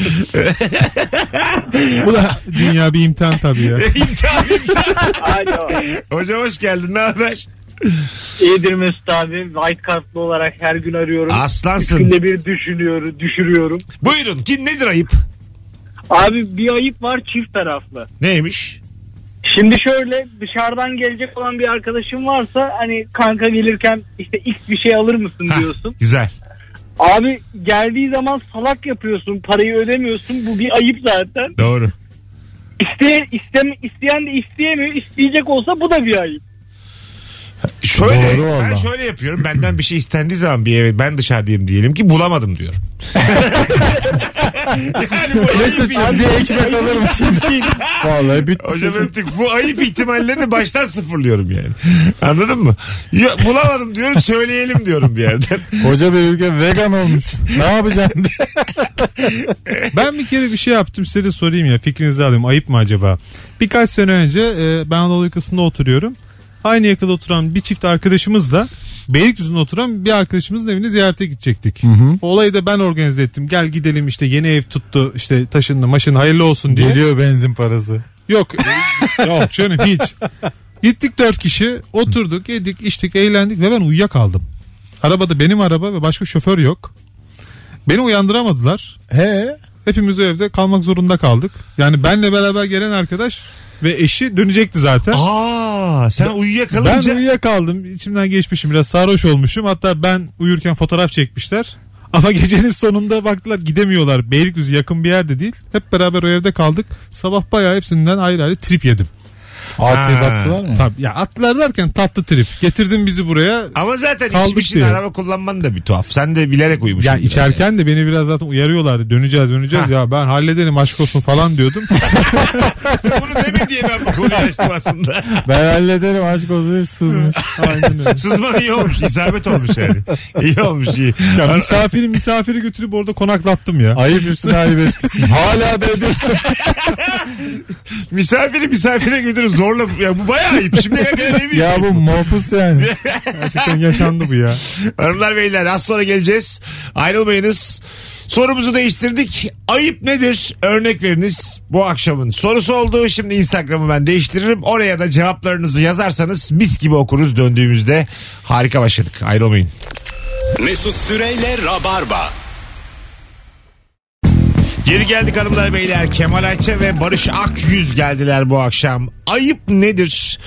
[SPEAKER 4] Bu da dünya bir imtihan tabii ya.
[SPEAKER 2] İmtihan, imtihan.
[SPEAKER 8] Alo.
[SPEAKER 2] Hocam hoş geldin ne haber?
[SPEAKER 8] İyidir Mesut abi. White kartlı olarak her gün arıyorum.
[SPEAKER 2] Aslansın.
[SPEAKER 8] Günde bir düşünüyorum, düşürüyorum.
[SPEAKER 2] Buyurun ki nedir ayıp?
[SPEAKER 8] Abi bir ayıp var çift taraflı.
[SPEAKER 2] Neymiş?
[SPEAKER 8] Şimdi şöyle dışarıdan gelecek olan bir arkadaşın varsa hani kanka gelirken işte ilk bir şey alır mısın
[SPEAKER 2] Hah.
[SPEAKER 8] diyorsun.
[SPEAKER 2] Güzel.
[SPEAKER 8] Abi geldiği zaman salak yapıyorsun parayı ödemiyorsun bu bir ayıp zaten.
[SPEAKER 2] Doğru.
[SPEAKER 8] İste, istem, isteyen de isteyemiyor isteyecek olsa bu da bir ayıp.
[SPEAKER 2] Şöyle
[SPEAKER 3] Doğru
[SPEAKER 2] ben
[SPEAKER 3] valla.
[SPEAKER 2] şöyle yapıyorum. Benden bir şey istendiği zaman bir eve ben dışarıdayım diyelim ki bulamadım diyorum. yani bu ayıp şey.
[SPEAKER 3] Mesut'cum bir
[SPEAKER 2] ihtimal-
[SPEAKER 3] ekmek alır mısın? Vallahi bitti.
[SPEAKER 2] Hocam öptük. Bu ayıp ihtimallerini baştan sıfırlıyorum yani. Anladın mı? Ya, bulamadım diyorum söyleyelim diyorum bir yerden.
[SPEAKER 3] Koca bir ülke vegan olmuş. Ne yapacaksın?
[SPEAKER 4] Ben bir kere bir şey yaptım size de sorayım ya fikrinizi alayım ayıp mı acaba? Birkaç sene önce e, ben Anadolu yakasında oturuyorum. Aynı yakada oturan bir çift arkadaşımızla Beylikdüzü'nde oturan bir arkadaşımızın evini ziyarete gidecektik. Olayı da ben organize ettim. Gel gidelim işte yeni ev tuttu işte taşındı maşın hayırlı olsun diye.
[SPEAKER 3] Geliyor benzin parası.
[SPEAKER 4] Yok. e, Yok canım hiç. Gittik dört kişi oturduk yedik içtik eğlendik ve ben uyuyakaldım. Arabada benim araba ve başka şoför yok. Beni uyandıramadılar.
[SPEAKER 3] He.
[SPEAKER 4] Hepimiz o evde kalmak zorunda kaldık. Yani benle beraber gelen arkadaş ve eşi dönecekti zaten.
[SPEAKER 2] Aa sen
[SPEAKER 4] ben
[SPEAKER 2] uyuyakalınca
[SPEAKER 4] uyuyakaldım. İçimden geçmişim biraz sarhoş olmuşum. Hatta ben uyurken fotoğraf çekmişler. Ama gecenin sonunda baktılar gidemiyorlar. Beylikdüzü yakın bir yerde değil. Hep beraber o evde kaldık. Sabah bayağı hepsinden ayrı ayrı trip yedim.
[SPEAKER 3] Atı
[SPEAKER 2] Ha.
[SPEAKER 3] baktılar mı?
[SPEAKER 4] Tabii ya atlar derken tatlı trip. Getirdin bizi buraya.
[SPEAKER 2] ama zaten
[SPEAKER 4] Kaldık
[SPEAKER 2] içmiş için
[SPEAKER 4] diyor.
[SPEAKER 2] araba kullanman da bir tuhaf. Sen de bilerek uyumuşsun.
[SPEAKER 4] Ya
[SPEAKER 2] biraz.
[SPEAKER 4] içerken de beni biraz zaten uyarıyorlardı. Döneceğiz döneceğiz. Ya ben hallederim aşk olsun falan diyordum.
[SPEAKER 2] Bunu deme diye ben bu konuyu açtım aslında.
[SPEAKER 3] Ben hallederim aşk olsun deyip sızmış.
[SPEAKER 4] Aynen öyle.
[SPEAKER 2] Sızma iyi olmuş. isabet olmuş yani. İyi olmuş iyi.
[SPEAKER 4] Ya misafiri misafiri götürüp orada konaklattım ya.
[SPEAKER 3] Ayıp üstüne ayıp etmişsin. Hala da ediyorsun.
[SPEAKER 2] Misafiri misafire götürüp zorla. Ya bu bayağı ayıp. Şimdi kadar ne
[SPEAKER 3] ya bu mopus yani.
[SPEAKER 4] Gerçekten yaşandı bu ya.
[SPEAKER 2] Hanımlar beyler az sonra geleceğiz. Ayrılmayınız. Sorumuzu değiştirdik. Ayıp nedir? Örnek veriniz bu akşamın sorusu oldu. Şimdi Instagram'ı ben değiştiririm. Oraya da cevaplarınızı yazarsanız mis gibi okuruz döndüğümüzde. Harika başladık. Ayrılmayın.
[SPEAKER 1] Mesut Süreyle Rabarba.
[SPEAKER 2] Geri geldik hanımlar beyler. Kemal Ayça ve Barış Akyüz geldiler bu akşam. Ayıp nedir?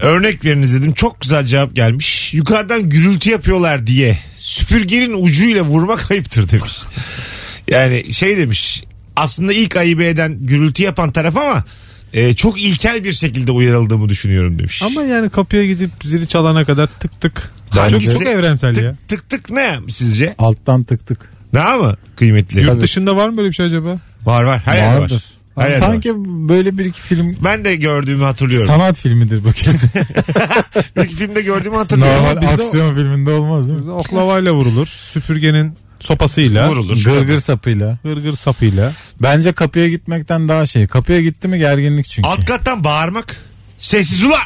[SPEAKER 2] Örnek veriniz dedim. Çok güzel cevap gelmiş. Yukarıdan gürültü yapıyorlar diye süpürgenin ucuyla vurmak ayıptır demiş. Yani şey demiş. Aslında ilk ayıbı eden gürültü yapan taraf ama e, çok ilkel bir şekilde uyarıldığımı düşünüyorum demiş.
[SPEAKER 4] Ama yani kapıya gidip zili çalana kadar tık tık.
[SPEAKER 2] Bence-
[SPEAKER 4] Çok, çok evrensel ya.
[SPEAKER 2] tık, tık tık ne sizce?
[SPEAKER 3] Alttan tık tık.
[SPEAKER 2] Ne ama kıymetli?
[SPEAKER 4] Yurt dışında var mı böyle bir şey acaba?
[SPEAKER 2] Var var. Her yerde var.
[SPEAKER 3] Vardır. Ama
[SPEAKER 2] Her yerde
[SPEAKER 3] sanki böyle bir iki film
[SPEAKER 2] Ben de gördüğümü hatırlıyorum.
[SPEAKER 3] sanat filmidir bu kesin.
[SPEAKER 2] İlk filmde gördüğümü hatırlıyorum.
[SPEAKER 3] Normal
[SPEAKER 4] bizde-
[SPEAKER 3] aksiyon filminde olmaz değil mi?
[SPEAKER 4] Bize oklavayla vurulur. Süpürgenin sopasıyla.
[SPEAKER 2] Vurulur.
[SPEAKER 3] Gırgır sapıyla.
[SPEAKER 4] Gırgır sapıyla.
[SPEAKER 3] Bence kapıya gitmekten daha şey. Kapıya gitti mi gerginlik çünkü.
[SPEAKER 2] Alt kattan bağırmak. Sessiz ulan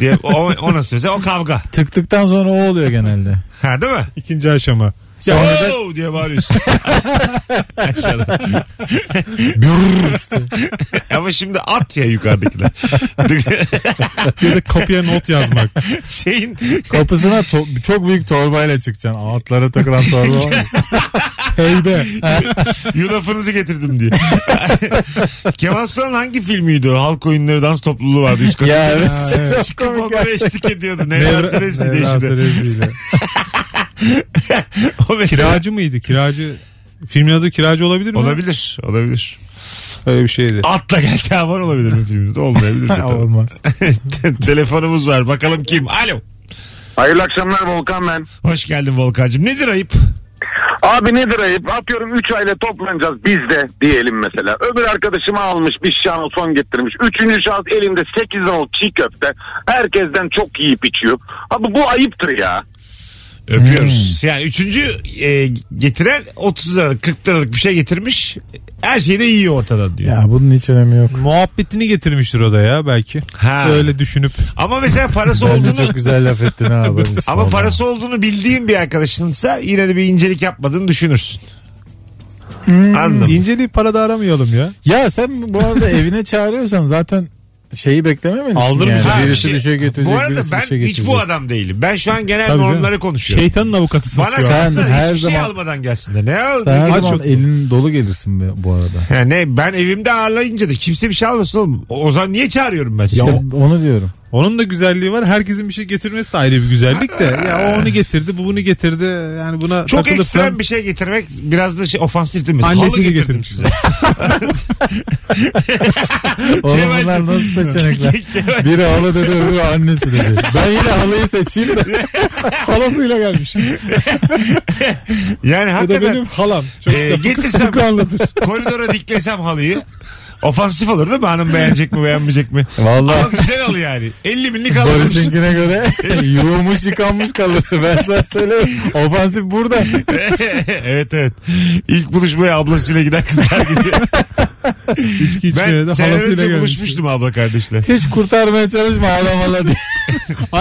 [SPEAKER 2] diye o, o nasıl mesela o kavga.
[SPEAKER 3] Tıktıktan sonra o oluyor genelde.
[SPEAKER 2] Ha değil mi?
[SPEAKER 4] İkinci aşama.
[SPEAKER 3] Sonra da
[SPEAKER 2] "Oo!" diye bağırıyorsun. Aşağıda. Ama şimdi at ya yukarıdakiler.
[SPEAKER 4] Ya da kapıya not yazmak.
[SPEAKER 2] Şeyin
[SPEAKER 3] kapısına to- çok büyük torbayla çıkacaksın. Altlara takılan torba var ya. Heybe.
[SPEAKER 2] yulafınızı getirdim diye. Kemal Sunal'ın hangi filmiydi o? Halk oyunları dans topluluğu vardı. Üst katı.
[SPEAKER 3] Ya evet. Çok
[SPEAKER 2] Çıkıp
[SPEAKER 3] komik
[SPEAKER 2] onlara
[SPEAKER 3] gerçekten.
[SPEAKER 2] eşlik ediyordu. Nevra Rezli diye
[SPEAKER 4] Nevra
[SPEAKER 2] işte.
[SPEAKER 4] Serezli'yle.
[SPEAKER 2] O mesela.
[SPEAKER 4] Kiracı mıydı? Kiracı. Filmin adı kiracı olabilir mi?
[SPEAKER 2] Olabilir. Olabilir.
[SPEAKER 4] Öyle bir şeydi.
[SPEAKER 2] Atla gel Şaban olabilir mi filmimizde? Olmayabilir. de
[SPEAKER 3] Ha,
[SPEAKER 2] tabii.
[SPEAKER 3] Olmaz.
[SPEAKER 2] Telefonumuz var. Bakalım kim? Alo.
[SPEAKER 9] Hayırlı akşamlar Volkan ben.
[SPEAKER 2] Hoş geldin Volkan'cığım. Nedir ayıp?
[SPEAKER 9] Abi nedir ayıp? Atıyorum 3 aile toplanacağız biz de diyelim mesela. Öbür arkadaşımı almış bir şahı son getirmiş. Üçüncü şahıs elinde 8 ol çiğ köfte. Herkesten çok yiyip içiyor. Abi bu ayıptır ya.
[SPEAKER 2] Öpüyoruz.
[SPEAKER 9] Hmm.
[SPEAKER 2] Yani üçüncü e, getiren 30 liralık 40 liralık bir şey getirmiş. Her şeyi de yiyor ortadan diyor.
[SPEAKER 3] Ya bunun hiç önemi yok.
[SPEAKER 4] Muhabbetini getirmiştir o da ya belki.
[SPEAKER 2] Ha.
[SPEAKER 4] Öyle düşünüp.
[SPEAKER 2] Ama mesela parası
[SPEAKER 3] Bence
[SPEAKER 2] olduğunu
[SPEAKER 3] çok güzel laf ettin ha. Barış.
[SPEAKER 2] ama
[SPEAKER 3] Vallahi.
[SPEAKER 2] parası olduğunu bildiğin bir arkadaşınsa yine de bir incelik yapmadığını düşünürsün.
[SPEAKER 3] Hmm,
[SPEAKER 2] Anladım.
[SPEAKER 4] İnceliği parada aramayalım ya.
[SPEAKER 3] Ya sen bu arada evine çağırıyorsan zaten şeyi beklememelisin.
[SPEAKER 4] Aldırmayacaksın.
[SPEAKER 3] Yani.
[SPEAKER 2] Ha,
[SPEAKER 3] Birisi
[SPEAKER 2] şey-
[SPEAKER 3] bir şey götürecek,
[SPEAKER 2] Bu arada
[SPEAKER 3] birisi
[SPEAKER 2] ben
[SPEAKER 3] bir şey
[SPEAKER 2] hiç
[SPEAKER 3] getirecek. Şey
[SPEAKER 2] bu adam değilim. Ben şu an genel
[SPEAKER 4] Tabii canım.
[SPEAKER 2] normları konuşuyorum.
[SPEAKER 4] Şeytanın avukatısın.
[SPEAKER 2] Bana
[SPEAKER 4] şu an.
[SPEAKER 2] kalsa
[SPEAKER 3] Sen her
[SPEAKER 2] hiçbir şey
[SPEAKER 3] zaman-
[SPEAKER 2] almadan gelsinler. Ne al?
[SPEAKER 3] Sen her
[SPEAKER 2] ne-
[SPEAKER 3] zaman
[SPEAKER 2] çok-
[SPEAKER 3] elin dolu gelirsin be- bu arada.
[SPEAKER 2] Yani ben evimde ağırlayınca da kimse bir şey almasın oğlum. O o zaman niye çağırıyorum ben sizi?
[SPEAKER 3] İşte onu diyorum.
[SPEAKER 4] Onun da güzelliği var. Herkesin bir şey getirmesi de ayrı bir güzellik de. Ya o onu getirdi, bu bunu getirdi. Yani buna
[SPEAKER 2] Çok
[SPEAKER 4] takılıp
[SPEAKER 2] ekstrem
[SPEAKER 4] sen-
[SPEAKER 2] bir şey getirmek biraz da şey, ofansif değil mi?
[SPEAKER 4] Annesini
[SPEAKER 2] Halı getirdim
[SPEAKER 4] getirmiş.
[SPEAKER 2] size.
[SPEAKER 3] Oğlum bunlar
[SPEAKER 2] Kemal'cim.
[SPEAKER 3] nasıl seçenekler? Biri halı dedi öbürü annesi dedi. Ben yine halıyı seçeyim de. Halasıyla gelmiş.
[SPEAKER 2] Yani
[SPEAKER 3] Ya da
[SPEAKER 2] hakikaten
[SPEAKER 3] benim halam. Çok
[SPEAKER 2] Ee,
[SPEAKER 3] sapık
[SPEAKER 2] getirsem-
[SPEAKER 3] sapık anlatır.
[SPEAKER 2] koridora diklesem halıyı ofansif olur değil mi? Hanım beğenecek mi beğenmeyecek mi? Ama
[SPEAKER 3] Vallahi
[SPEAKER 2] güzel halı yani. 50 binlik halı. olmuş.
[SPEAKER 3] Barış'ınkine göre
[SPEAKER 2] Ee,
[SPEAKER 3] yuvmuş yıkanmış kalır. Ben sana söyleyeyim. Ofansif burada.
[SPEAKER 2] evet evet. İlk buluşmaya ablasıyla giden kızlar gibi.
[SPEAKER 4] İçki içmeye
[SPEAKER 2] Ben
[SPEAKER 4] de
[SPEAKER 2] sen
[SPEAKER 4] halasıyla
[SPEAKER 2] önce
[SPEAKER 4] gelmiş.
[SPEAKER 2] buluşmuştum abla kardeşle.
[SPEAKER 3] Hiç kurtarmaya çalışma hala hala diye.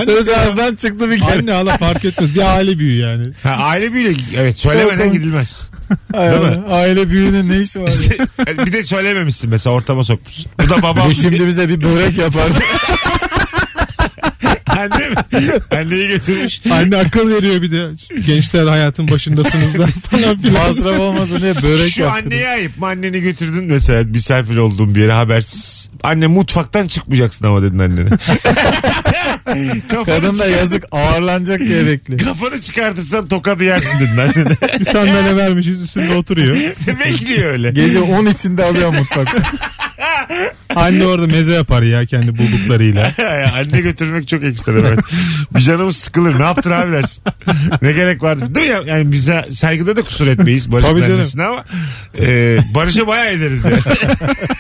[SPEAKER 3] Söz ağızdan çıktı bir kere.
[SPEAKER 4] Anne hala fark etmez. Bir aile büyüğü yani.
[SPEAKER 2] Ha, aile büyüyle evet söylemeden
[SPEAKER 3] komik.
[SPEAKER 2] gidilmez.
[SPEAKER 3] Ay
[SPEAKER 2] Değil mi?
[SPEAKER 3] Allah, Aile büyüğünün ne işi var? ya?
[SPEAKER 2] bir de söylememişsin mesela ortama sokmuşsun. Bu da babam.
[SPEAKER 3] Bu şimdi bize bir börek yapardı.
[SPEAKER 2] Anne mi? Anneyi götürmüş.
[SPEAKER 4] Anne akıl veriyor bir de. Gençler hayatın başındasınız da falan filan.
[SPEAKER 3] Masraf olmasın diye börek
[SPEAKER 2] Şu
[SPEAKER 3] yaptırdı.
[SPEAKER 2] anneye ayıp. Anneni götürdün mesela misafir olduğun bir yere habersiz. Anne mutfaktan çıkmayacaksın ama dedin annene. kafanı,
[SPEAKER 3] Kadın da
[SPEAKER 2] çıkar-
[SPEAKER 3] yazık ağırlanacak diye bekliyor.
[SPEAKER 2] kafanı çıkartırsan tokadı yersin dedin annene.
[SPEAKER 4] Bir sandalye vermişiz üstünde oturuyor.
[SPEAKER 2] Bekliyor öyle.
[SPEAKER 3] Gece 10 içinde alıyor mutfakta.
[SPEAKER 4] Anne orada meze yapar ya kendi bulduklarıyla.
[SPEAKER 2] Ya Anne götürmek çok ekstra evet. Bir canımız sıkılır. Ne yaptın abi dersin. Ne gerek vardı. Değil mi ya? Yani bize saygıda da kusur etmeyiz. Barış
[SPEAKER 4] Tabii canım.
[SPEAKER 2] vermesin ama e, Barış'a bayağı ederiz yani.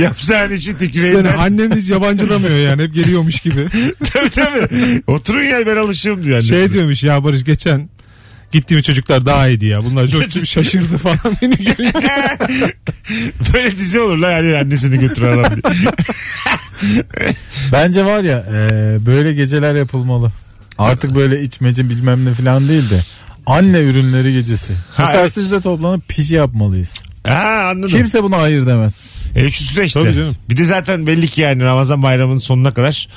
[SPEAKER 2] Yapacağın işi tüküreyim.
[SPEAKER 4] Seni annem hiç yabancılamıyor yani. Hep geliyormuş gibi.
[SPEAKER 2] tabii tabii. Oturun ya ben alışığım diyor anne.
[SPEAKER 4] Şey diyormuş ya Barış geçen gittiğim çocuklar daha iyiydi ya. Bunlar çok çok şaşırdı falan beni görünce.
[SPEAKER 2] Böyle dizi olur lan yani annesini götüren adam. diye.
[SPEAKER 3] Bence var ya e, böyle geceler yapılmalı. Artık böyle içmece bilmem ne falan değil de. Anne ürünleri gecesi.
[SPEAKER 2] Ha,
[SPEAKER 3] Mesela
[SPEAKER 2] evet.
[SPEAKER 3] siz de toplanıp pişi yapmalıyız.
[SPEAKER 2] Ha anladım.
[SPEAKER 3] Kimse buna hayır demez.
[SPEAKER 2] E şu süreçte.
[SPEAKER 4] Tabii canım.
[SPEAKER 2] Bir de zaten belli ki yani Ramazan bayramının sonuna kadar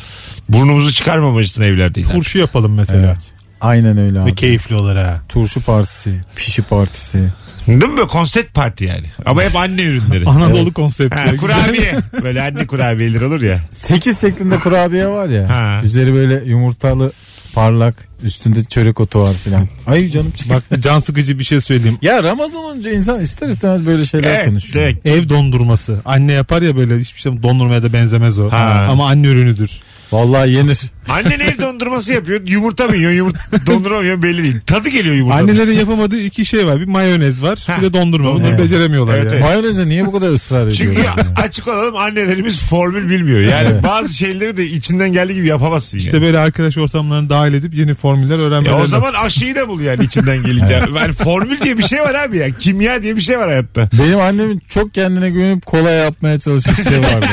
[SPEAKER 2] burnumuzu çıkarmamışsın evlerdeyiz. artık.
[SPEAKER 4] Turşu yapalım mesela.
[SPEAKER 3] Evet. Aynen öyle abi.
[SPEAKER 4] Ve keyifli olur ha.
[SPEAKER 3] Turşu partisi, pişi partisi.
[SPEAKER 2] Değil mi? Böyle Konsept parti yani. Ama hep anne ürünleri.
[SPEAKER 4] Anadolu konsepti.
[SPEAKER 2] Ha,
[SPEAKER 4] Güzel.
[SPEAKER 2] kurabiye. Böyle anne kurabiyeler olur ya.
[SPEAKER 3] 8 şeklinde kurabiye var ya.
[SPEAKER 2] Ha.
[SPEAKER 3] Üzeri böyle yumurtalı, parlak, üstünde çörek otu var filan. Ay canım çık.
[SPEAKER 4] Bak can sıkıcı bir şey söyleyeyim.
[SPEAKER 3] Ya Ramazan olunca insan ister istemez böyle şeyler
[SPEAKER 2] Evet,
[SPEAKER 3] konuşuyor.
[SPEAKER 2] evet.
[SPEAKER 4] Ev dondurması. Anne yapar ya böyle hiçbir şey dondurmaya da benzemez o.
[SPEAKER 2] Ha.
[SPEAKER 4] Ama anne ürünüdür.
[SPEAKER 3] Vallahi yenir.
[SPEAKER 2] Annen ev dondurması yapıyor. Yumurta mı yiyor? Yumurta dondurma mı yiyor? Belli değil. Tadı geliyor yumurtanın.
[SPEAKER 4] Annelerin yapamadığı iki şey var. Bir mayonez var.
[SPEAKER 2] Ha.
[SPEAKER 4] Bir de dondurma. Bunları
[SPEAKER 3] Evet.
[SPEAKER 4] beceremiyorlar
[SPEAKER 2] Evet,
[SPEAKER 4] ya.
[SPEAKER 2] evet.
[SPEAKER 3] Mayoneze niye bu kadar ısrar
[SPEAKER 2] Çünkü
[SPEAKER 3] ediyorlar? yani?
[SPEAKER 2] açık olalım annelerimiz formül bilmiyor. Yani
[SPEAKER 3] Evet.
[SPEAKER 2] bazı şeyleri de içinden geldiği gibi yapamazsın.
[SPEAKER 4] İşte
[SPEAKER 2] yani.
[SPEAKER 4] böyle arkadaş ortamlarını dahil edip yeni formüller
[SPEAKER 2] Ya
[SPEAKER 4] öğrenmeleri
[SPEAKER 2] o
[SPEAKER 4] lazım.
[SPEAKER 2] zaman aşıyı da bul yani içinden gelince. Yani formül diye bir şey var abi ya. Kimya diye bir şey var hayatta.
[SPEAKER 3] Benim annemin çok kendine güvenip kola yapmaya çalışmışlığı vardı.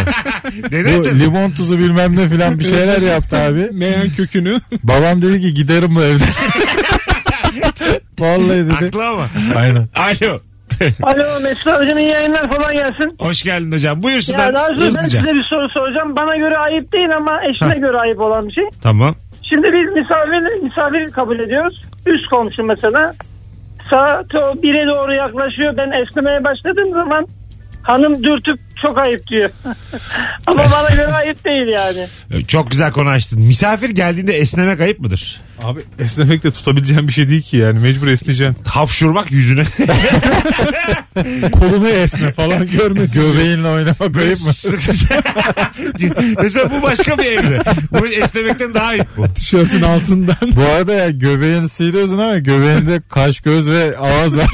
[SPEAKER 2] Neden?
[SPEAKER 3] Bu limon tuzu bilmem ne filan bir şeyler yaptı abi.
[SPEAKER 4] meyan kökünü
[SPEAKER 3] Babam dedi ki giderim bu evden. Vallahi dedi.
[SPEAKER 2] Aklı ama.
[SPEAKER 3] Aynen.
[SPEAKER 2] Alo.
[SPEAKER 8] Alo Mesut abicim iyi yayınlar falan gelsin.
[SPEAKER 2] Hoş geldin hocam.
[SPEAKER 8] Ya
[SPEAKER 2] Buyursunlar.
[SPEAKER 8] Nazlı ben
[SPEAKER 2] Hızlıca.
[SPEAKER 8] size bir soru soracağım. Bana göre ayıp değil ama eşime göre ayıp olan bir şey.
[SPEAKER 2] Tamam.
[SPEAKER 8] Şimdi biz misafir, misafir kabul ediyoruz. Üst komşu mesela. Saat o bire doğru yaklaşıyor. Ben esnemeye başladığım zaman hanım dürtüp çok ayıp diyor. ama bana göre ayıp değil yani.
[SPEAKER 2] Çok güzel konu açtın. Misafir geldiğinde esnemek ayıp mıdır?
[SPEAKER 4] Abi esnemek de tutabileceğin bir şey değil ki yani. Mecbur esneyeceksin.
[SPEAKER 2] Hapşurmak yüzüne.
[SPEAKER 4] Kolunu esne falan görmesin.
[SPEAKER 3] Göbeğinle oynamak ayıp mı?
[SPEAKER 2] Mesela bu başka bir evre. Bu esnemekten daha ayıp bu.
[SPEAKER 4] Tişörtün altından.
[SPEAKER 3] Bu arada ya göbeğini sıyırıyorsun ama göbeğinde kaş göz ve ağız var.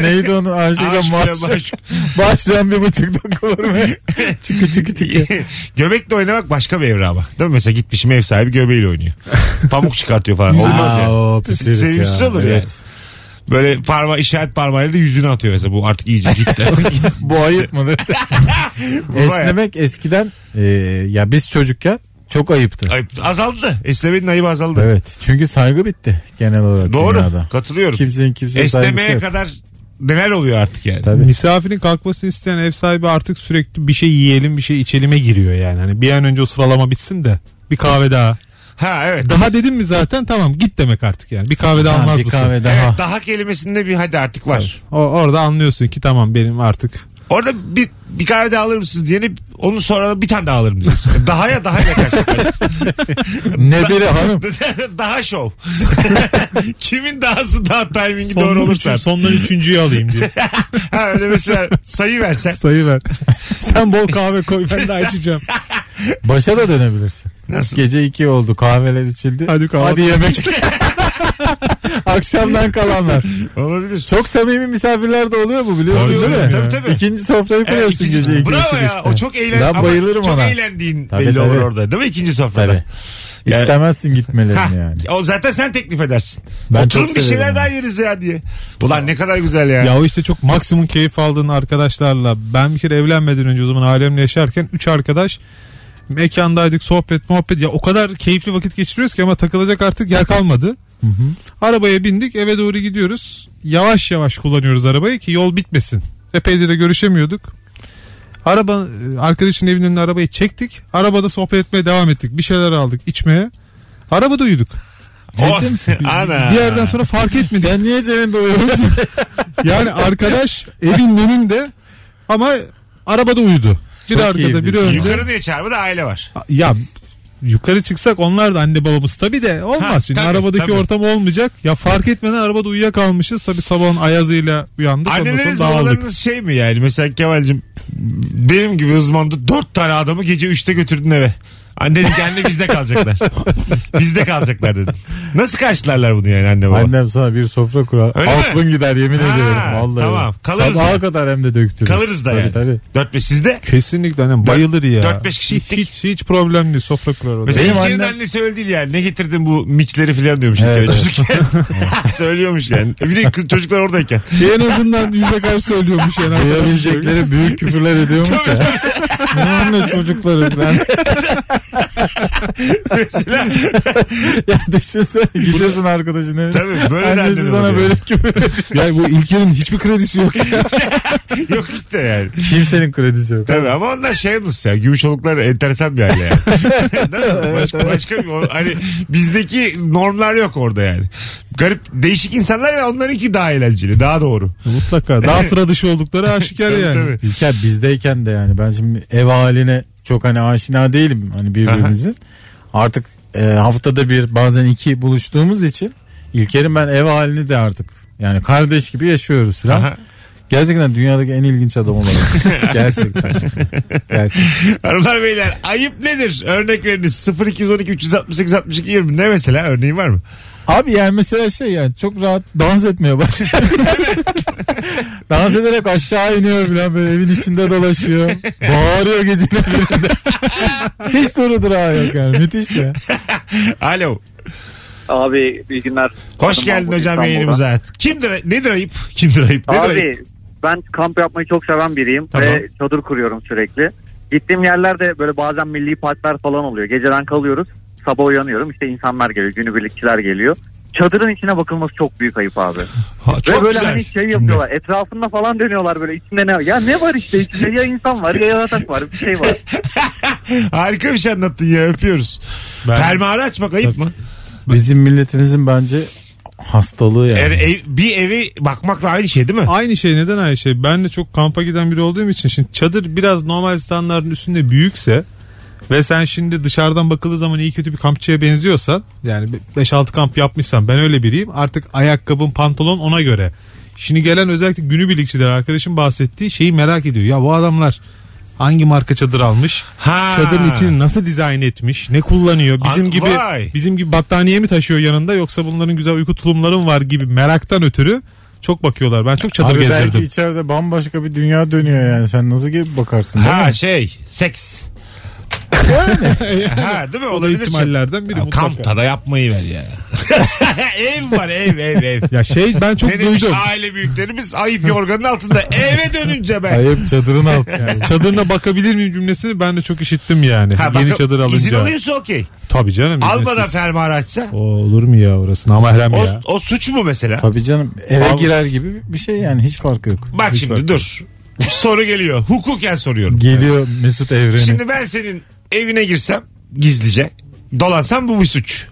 [SPEAKER 3] Neydi onun aşıkla
[SPEAKER 2] Aşk ile
[SPEAKER 3] maç.
[SPEAKER 2] maşk.
[SPEAKER 3] Başlayan bir buçuk dakika olur mu? çıkı çıkı çıkı.
[SPEAKER 2] Göbekle oynamak başka bir evre ama. Değil mi? Mesela gitmişim ev sahibi göbeğiyle oynuyor. Pamuk çıkartıyor falan. Olmaz
[SPEAKER 3] Aa,
[SPEAKER 2] yani.
[SPEAKER 3] o pis herif
[SPEAKER 2] Sevimsiz olur ya. Böyle parma işaret parmağıyla da yüzüne atıyor mesela. Bu artık iyice gitti.
[SPEAKER 3] Bu ayıp mıdır? Esnemek eskiden e, ya biz çocukken çok ayıptı.
[SPEAKER 2] Ayıp. Azaldı. Esnemenin ayıbı azaldı.
[SPEAKER 3] Evet. Çünkü saygı bitti genel olarak
[SPEAKER 2] Doğru.
[SPEAKER 3] dünyada.
[SPEAKER 2] Katılıyorum.
[SPEAKER 3] Kimsenin kimseye saygısı
[SPEAKER 2] Esnemeye
[SPEAKER 3] yok.
[SPEAKER 2] kadar neler oluyor artık yani.
[SPEAKER 3] Tabii.
[SPEAKER 4] Misafirin kalkmasını isteyen ev sahibi artık sürekli bir şey yiyelim bir şey içelime giriyor yani. Hani bir an önce o sıralama bitsin de bir kahve daha.
[SPEAKER 2] Ha evet.
[SPEAKER 4] Daha dedim mi zaten tamam git demek artık yani. Bir kahve daha
[SPEAKER 3] Ha,
[SPEAKER 4] almaz
[SPEAKER 3] bir
[SPEAKER 4] mısın?
[SPEAKER 3] kahve daha.
[SPEAKER 2] Evet, daha kelimesinde bir hadi artık var.
[SPEAKER 4] O- orada anlıyorsun ki tamam benim artık
[SPEAKER 2] Orada bir, bir kahve daha alır mısınız diyene Onun sonra bir tane daha alırım diyeceksin. Daha ya daha ile karşılaşacaksın.
[SPEAKER 3] Nebile hanım.
[SPEAKER 2] daha şov. Kimin dahası daha timingi doğru
[SPEAKER 4] Sondan,
[SPEAKER 2] olursa.
[SPEAKER 4] üçün, sondan üçüncüyü alayım diye.
[SPEAKER 2] Ha, öyle mesela sayı versen.
[SPEAKER 4] Sayı ver. Sen bol kahve koy ben de açacağım.
[SPEAKER 3] Başa da dönebilirsin.
[SPEAKER 2] Nasıl?
[SPEAKER 3] Gece iki oldu kahveler içildi.
[SPEAKER 4] Hadi kahvaltı.
[SPEAKER 3] Hadi yemek. Akşamdan kalanlar.
[SPEAKER 2] Olabilir.
[SPEAKER 3] Çok samimi misafirler de oluyor bu biliyorsun
[SPEAKER 4] Tabii
[SPEAKER 3] değil
[SPEAKER 4] canım
[SPEAKER 3] mi?
[SPEAKER 2] ya. Tabii tabii.
[SPEAKER 3] İkinci sofrayı
[SPEAKER 2] Evet,
[SPEAKER 3] kuruyorsun
[SPEAKER 2] E, ikinci-
[SPEAKER 3] gece iki
[SPEAKER 2] Bravo
[SPEAKER 3] üç
[SPEAKER 2] ya.
[SPEAKER 3] üstüne.
[SPEAKER 2] O çok eğlen
[SPEAKER 3] Ben
[SPEAKER 2] ama
[SPEAKER 3] bayılırım
[SPEAKER 2] çok
[SPEAKER 3] ona.
[SPEAKER 2] eğlendiğin
[SPEAKER 3] Tabii,
[SPEAKER 2] belli
[SPEAKER 3] tabii.
[SPEAKER 2] olur orada. Değil mi? İkinci sofrada.
[SPEAKER 3] Tabii.
[SPEAKER 2] Yani-
[SPEAKER 3] İstemezsin gitmelerini
[SPEAKER 2] Hah,
[SPEAKER 3] yani.
[SPEAKER 2] O zaten sen teklif edersin.
[SPEAKER 3] Ben
[SPEAKER 2] Oturun
[SPEAKER 3] çok
[SPEAKER 2] bir şeyler
[SPEAKER 3] severim
[SPEAKER 2] daha yeriz ya diye. Ulan ne kadar güzel ya.
[SPEAKER 4] Ya o işte çok maksimum keyif aldığın arkadaşlarla. Ben bir kere evlenmeden önce o zaman ailemle yaşarken 3 arkadaş mekandaydık sohbet muhabbet ya o kadar keyifli vakit geçiriyoruz ki ama takılacak artık yer kalmadı. Arabaya bindik eve doğru gidiyoruz. Yavaş yavaş kullanıyoruz arabayı ki yol bitmesin. Epeydir de görüşemiyorduk. Araba arkadaşın evinin önüne arabayı çektik. Arabada sohbet etmeye devam ettik. Bir şeyler aldık içmeye. Arabada uyuduk.
[SPEAKER 2] Oh,
[SPEAKER 3] Ciddi misin?
[SPEAKER 2] Ana.
[SPEAKER 4] Bir yerden sonra fark etmedik.
[SPEAKER 3] Sen niye cebinde uyuyorsun?
[SPEAKER 4] Yani arkadaş evin önünde ama arabada uyudu. Bir
[SPEAKER 3] Çok
[SPEAKER 4] arkada
[SPEAKER 3] iyiymiş.
[SPEAKER 4] biri önde.
[SPEAKER 2] Yukarı niye çağırmadı? Aile var.
[SPEAKER 4] Ya yukarı çıksak onlar da anne babamız tabii de olmaz.
[SPEAKER 2] Ha,
[SPEAKER 4] Şimdi
[SPEAKER 2] tabii,
[SPEAKER 4] arabadaki
[SPEAKER 2] tabii.
[SPEAKER 4] ortam olmayacak. Ya fark etmeden arabada uyuyakalmışız. Tabii sabahın ayazıyla uyandık. Ondan sonra
[SPEAKER 2] Anneleriniz
[SPEAKER 4] dağıldık.
[SPEAKER 2] babalarınız şey mi yani? Mesela Kemal'cim benim gibi hızmanda dört tane adamı gece üçte götürdün eve. Anne dedi ki, anne bizde kalacaklar. bizde kalacaklar dedi. Nasıl karşılarlar bunu yani anne baba?
[SPEAKER 3] Annem sana bir sofra kurar.
[SPEAKER 2] Öyle mi?
[SPEAKER 3] Aklın gider yemin
[SPEAKER 2] Ha,
[SPEAKER 3] ediyorum. Vallahi.
[SPEAKER 2] tamam. Kalırız
[SPEAKER 3] Sabaha
[SPEAKER 2] ya.
[SPEAKER 3] kadar hem de döktürür.
[SPEAKER 2] Kalırız da
[SPEAKER 3] tabii,
[SPEAKER 2] yani.
[SPEAKER 3] Tabii.
[SPEAKER 2] Dört beş sizde.
[SPEAKER 4] Kesinlikle annem bayılır ya.
[SPEAKER 2] dört beş kişi gittik.
[SPEAKER 4] Hiç, hiç problem değil sofra kurar o da.
[SPEAKER 2] Mesela
[SPEAKER 3] Benim
[SPEAKER 2] İlker'in
[SPEAKER 3] annem-
[SPEAKER 2] annesi öyle değil yani. Ne getirdin bu miçleri falan diyormuş.
[SPEAKER 3] Evet,
[SPEAKER 2] Evet,
[SPEAKER 3] evet.
[SPEAKER 2] Söylüyormuş yani. Bir de kız, çocuklar oradayken.
[SPEAKER 4] en azından yüze karşı söylüyormuş yani.
[SPEAKER 3] Duyabilecekleri büyük küfürler ediyormuş ya. Bunun ne çocukları ben.
[SPEAKER 2] Mesela
[SPEAKER 3] ya düşünsene gidiyorsun arkadaşın evine.
[SPEAKER 2] Tabii, böyle de
[SPEAKER 3] Annesi
[SPEAKER 2] annen
[SPEAKER 3] sana
[SPEAKER 2] olur
[SPEAKER 3] böyle
[SPEAKER 2] yani.
[SPEAKER 3] küfür ediyor. Yani bu İlker'in hiçbir kredisi yok.
[SPEAKER 2] yok işte yani.
[SPEAKER 3] Kimsenin kredisi yok.
[SPEAKER 2] Tabii ama onlar şey mısın ya gümüşoluklar enteresan bir aile yani. Değil mi? başka, başka bir o- hani bizdeki normlar yok orada yani. Garip değişik insanlar ve onlarınki daha eğlenceli daha doğru.
[SPEAKER 4] Mutlaka. Daha sıra dışı oldukları aşikar
[SPEAKER 2] Tabii,
[SPEAKER 4] yani.
[SPEAKER 2] tabii.
[SPEAKER 3] İlker bizdeyken de yani ben şimdi ev haline çok hani aşina değilim hani birbirimizin. artık e, haftada bir bazen iki buluştuğumuz için İlker'in ben ev halini de artık yani kardeş gibi yaşıyoruz falan.
[SPEAKER 2] Aha.
[SPEAKER 3] Gerçekten dünyadaki en ilginç adam olarak. Gerçekten. Gerçekten.
[SPEAKER 2] Hanımlar beyler ayıp nedir? Örnek veriniz 0212 368 62 20 ne mesela örneğin var mı?
[SPEAKER 3] Abi yani mesela şey yani çok rahat dans etmeye başlıyor. dans ederek aşağı iniyor falan böyle evin içinde dolaşıyor. Bağırıyor gecenin birinde. Hiç duru durağı yok yani müthiş ya.
[SPEAKER 2] Alo.
[SPEAKER 5] Abi iyi günler.
[SPEAKER 2] Hoş
[SPEAKER 5] Adım
[SPEAKER 2] geldin
[SPEAKER 5] Mahmut
[SPEAKER 2] hocam
[SPEAKER 5] İstanbul'dan.
[SPEAKER 2] yayınımıza. Kimdir nedir ayıp? Kimdir ayıp? Nedir ayıp?
[SPEAKER 5] Abi ben kamp yapmayı çok seven biriyim
[SPEAKER 2] Tamam.
[SPEAKER 5] ve çadır kuruyorum sürekli. Gittiğim yerlerde böyle bazen milli parklar falan oluyor. Geceden kalıyoruz. Sabah uyanıyorum işte insanlar geliyor, günübirlikçiler geliyor. Çadırın içine bakılması çok büyük ayıp abi.
[SPEAKER 2] Ha,
[SPEAKER 5] ve
[SPEAKER 2] çok
[SPEAKER 5] böyle
[SPEAKER 2] güzel.
[SPEAKER 5] hani şey yapıyorlar. Etrafında falan dönüyorlar böyle içinde ne ya ne var işte içinde ya insan var ya yaratık var bir şey var.
[SPEAKER 2] Harika bir şey anlattın ya öpüyoruz.
[SPEAKER 4] Ben-
[SPEAKER 2] Fermuarı açmak ayıp mı?
[SPEAKER 3] Bizim milletimizin bence hastalığı yani.
[SPEAKER 2] Yani ev- bir evi bakmakla aynı şey değil mi?
[SPEAKER 4] Aynı şey neden aynı şey? Ben de çok kampa giden biri olduğum için şimdi çadır biraz normal standartın üstünde büyükse ve sen şimdi dışarıdan bakıldığı zaman iyi kötü bir kampçıya benziyorsan yani 5-6 kamp yapmışsan ben öyle biriyim artık ayakkabın pantolon ona göre. Şimdi gelen özellikle günübirlikçiler arkadaşım bahsettiği şeyi merak ediyor. Ya bu adamlar hangi marka çadır almış?
[SPEAKER 2] Ha.
[SPEAKER 4] Çadırın içini nasıl dizayn etmiş? Ne kullanıyor? Bizim
[SPEAKER 2] An-
[SPEAKER 4] gibi
[SPEAKER 2] Vay.
[SPEAKER 4] bizim gibi battaniye mi taşıyor yanında yoksa bunların güzel uyku tulumları mı var gibi meraktan ötürü çok bakıyorlar. Ben çok çadır
[SPEAKER 3] Abi belki
[SPEAKER 4] gezdirdim.
[SPEAKER 3] içeride bambaşka bir dünya dönüyor yani. Sen nasıl gibi bakarsın değil
[SPEAKER 2] Ha
[SPEAKER 3] mi?
[SPEAKER 2] şey seks. ha değil mi?
[SPEAKER 4] O da
[SPEAKER 2] Olabilir. şey.
[SPEAKER 4] ihtimallerden biri
[SPEAKER 2] Ya,
[SPEAKER 4] mutlaka.
[SPEAKER 2] Kampta da yapmayı ver ya. ev var ev ev ev.
[SPEAKER 4] Ya şey ben çok
[SPEAKER 2] ne demiş
[SPEAKER 4] duydum.
[SPEAKER 2] aile büyüklerimiz ayıp yorganın altında eve dönünce ben.
[SPEAKER 3] Ayıp çadırın altı yani.
[SPEAKER 4] Çadırına bakabilir miyim cümlesini ben de çok işittim yani.
[SPEAKER 2] Ha,
[SPEAKER 4] Yeni
[SPEAKER 2] bak-
[SPEAKER 4] çadır
[SPEAKER 2] İzin
[SPEAKER 4] alınca.
[SPEAKER 2] alıyorsa okey.
[SPEAKER 4] Tabii canım.
[SPEAKER 2] Almadan
[SPEAKER 4] izinsiz.
[SPEAKER 2] fermuarı açsa.
[SPEAKER 4] O olur mu ya orasını amahrem
[SPEAKER 2] O,
[SPEAKER 4] Oh, ya.
[SPEAKER 2] o suç mu mesela?
[SPEAKER 3] Tabii canım eve
[SPEAKER 4] Abi-
[SPEAKER 3] girer gibi bir şey yani hiç farkı yok.
[SPEAKER 2] Bak
[SPEAKER 3] Hiç
[SPEAKER 2] şimdi
[SPEAKER 3] farkı
[SPEAKER 2] dur. Soru geliyor. Hukuken soruyorum.
[SPEAKER 3] yok. Geliyor Mesut evreni.
[SPEAKER 2] Şimdi ben senin evine girsem gizlice dolansam bu bir suç.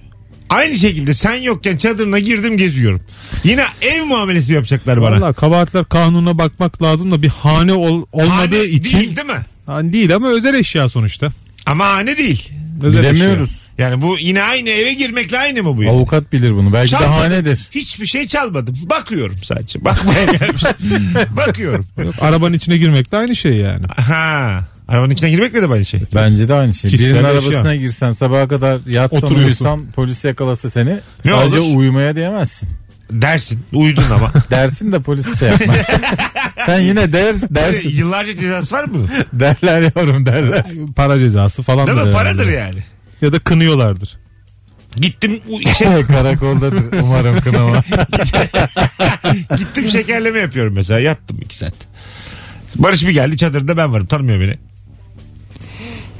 [SPEAKER 2] Aynı şekilde sen yokken çadırına girdim geziyorum. Yine ev muamelesi mi yapacaklar bana?
[SPEAKER 4] Valla kabahatler kanuna bakmak lazım da bir hane ol- olmadığı
[SPEAKER 2] Hane
[SPEAKER 4] için
[SPEAKER 2] Değil değil mi?
[SPEAKER 4] Hani değil ama özel eşya sonuçta.
[SPEAKER 2] Ama hane değil.
[SPEAKER 4] Özel
[SPEAKER 3] Bilemiyoruz.
[SPEAKER 2] Yani bu yine aynı eve girmekle aynı mı bu? yani?
[SPEAKER 3] Avukat bilir bunu. Belki de
[SPEAKER 2] Çalmadım.
[SPEAKER 3] hanedir.
[SPEAKER 2] Hiçbir şey çalmadım. Bakıyorum sadece. Bakmaya gelmişim. Bakıyorum.
[SPEAKER 4] eşya. Yok, arabanın içine girmek de aynı şey yani.
[SPEAKER 2] Ha. Arabanın içine girmek ne de aynı şey.
[SPEAKER 3] Bence de aynı şey.
[SPEAKER 4] Kişisel
[SPEAKER 3] Birinin
[SPEAKER 4] yaşam.
[SPEAKER 3] arabasına girsen sabaha kadar yatsan
[SPEAKER 4] Oturuyorsun.
[SPEAKER 3] uyusan polis yakalasa seni
[SPEAKER 2] Ne
[SPEAKER 3] sadece
[SPEAKER 2] olur?
[SPEAKER 3] uyumaya diyemezsin.
[SPEAKER 2] Dersin. Uyudun ama.
[SPEAKER 3] Dersin de polis şey yapmaz. Sen yine der,
[SPEAKER 2] Böyle
[SPEAKER 3] dersin.
[SPEAKER 2] Yıllarca cezası var mı?
[SPEAKER 3] derler yavrum derler.
[SPEAKER 4] Para cezası falan.
[SPEAKER 2] Değil mi? Paradır yani.
[SPEAKER 4] Ya da kınıyorlardır.
[SPEAKER 2] Gittim u- şey,
[SPEAKER 3] Karakoldadır umarım kınama.
[SPEAKER 2] gittim şekerleme yapıyorum mesela. Yattım iki saat. Barış bir geldi çadırda ben varım tanımıyor beni.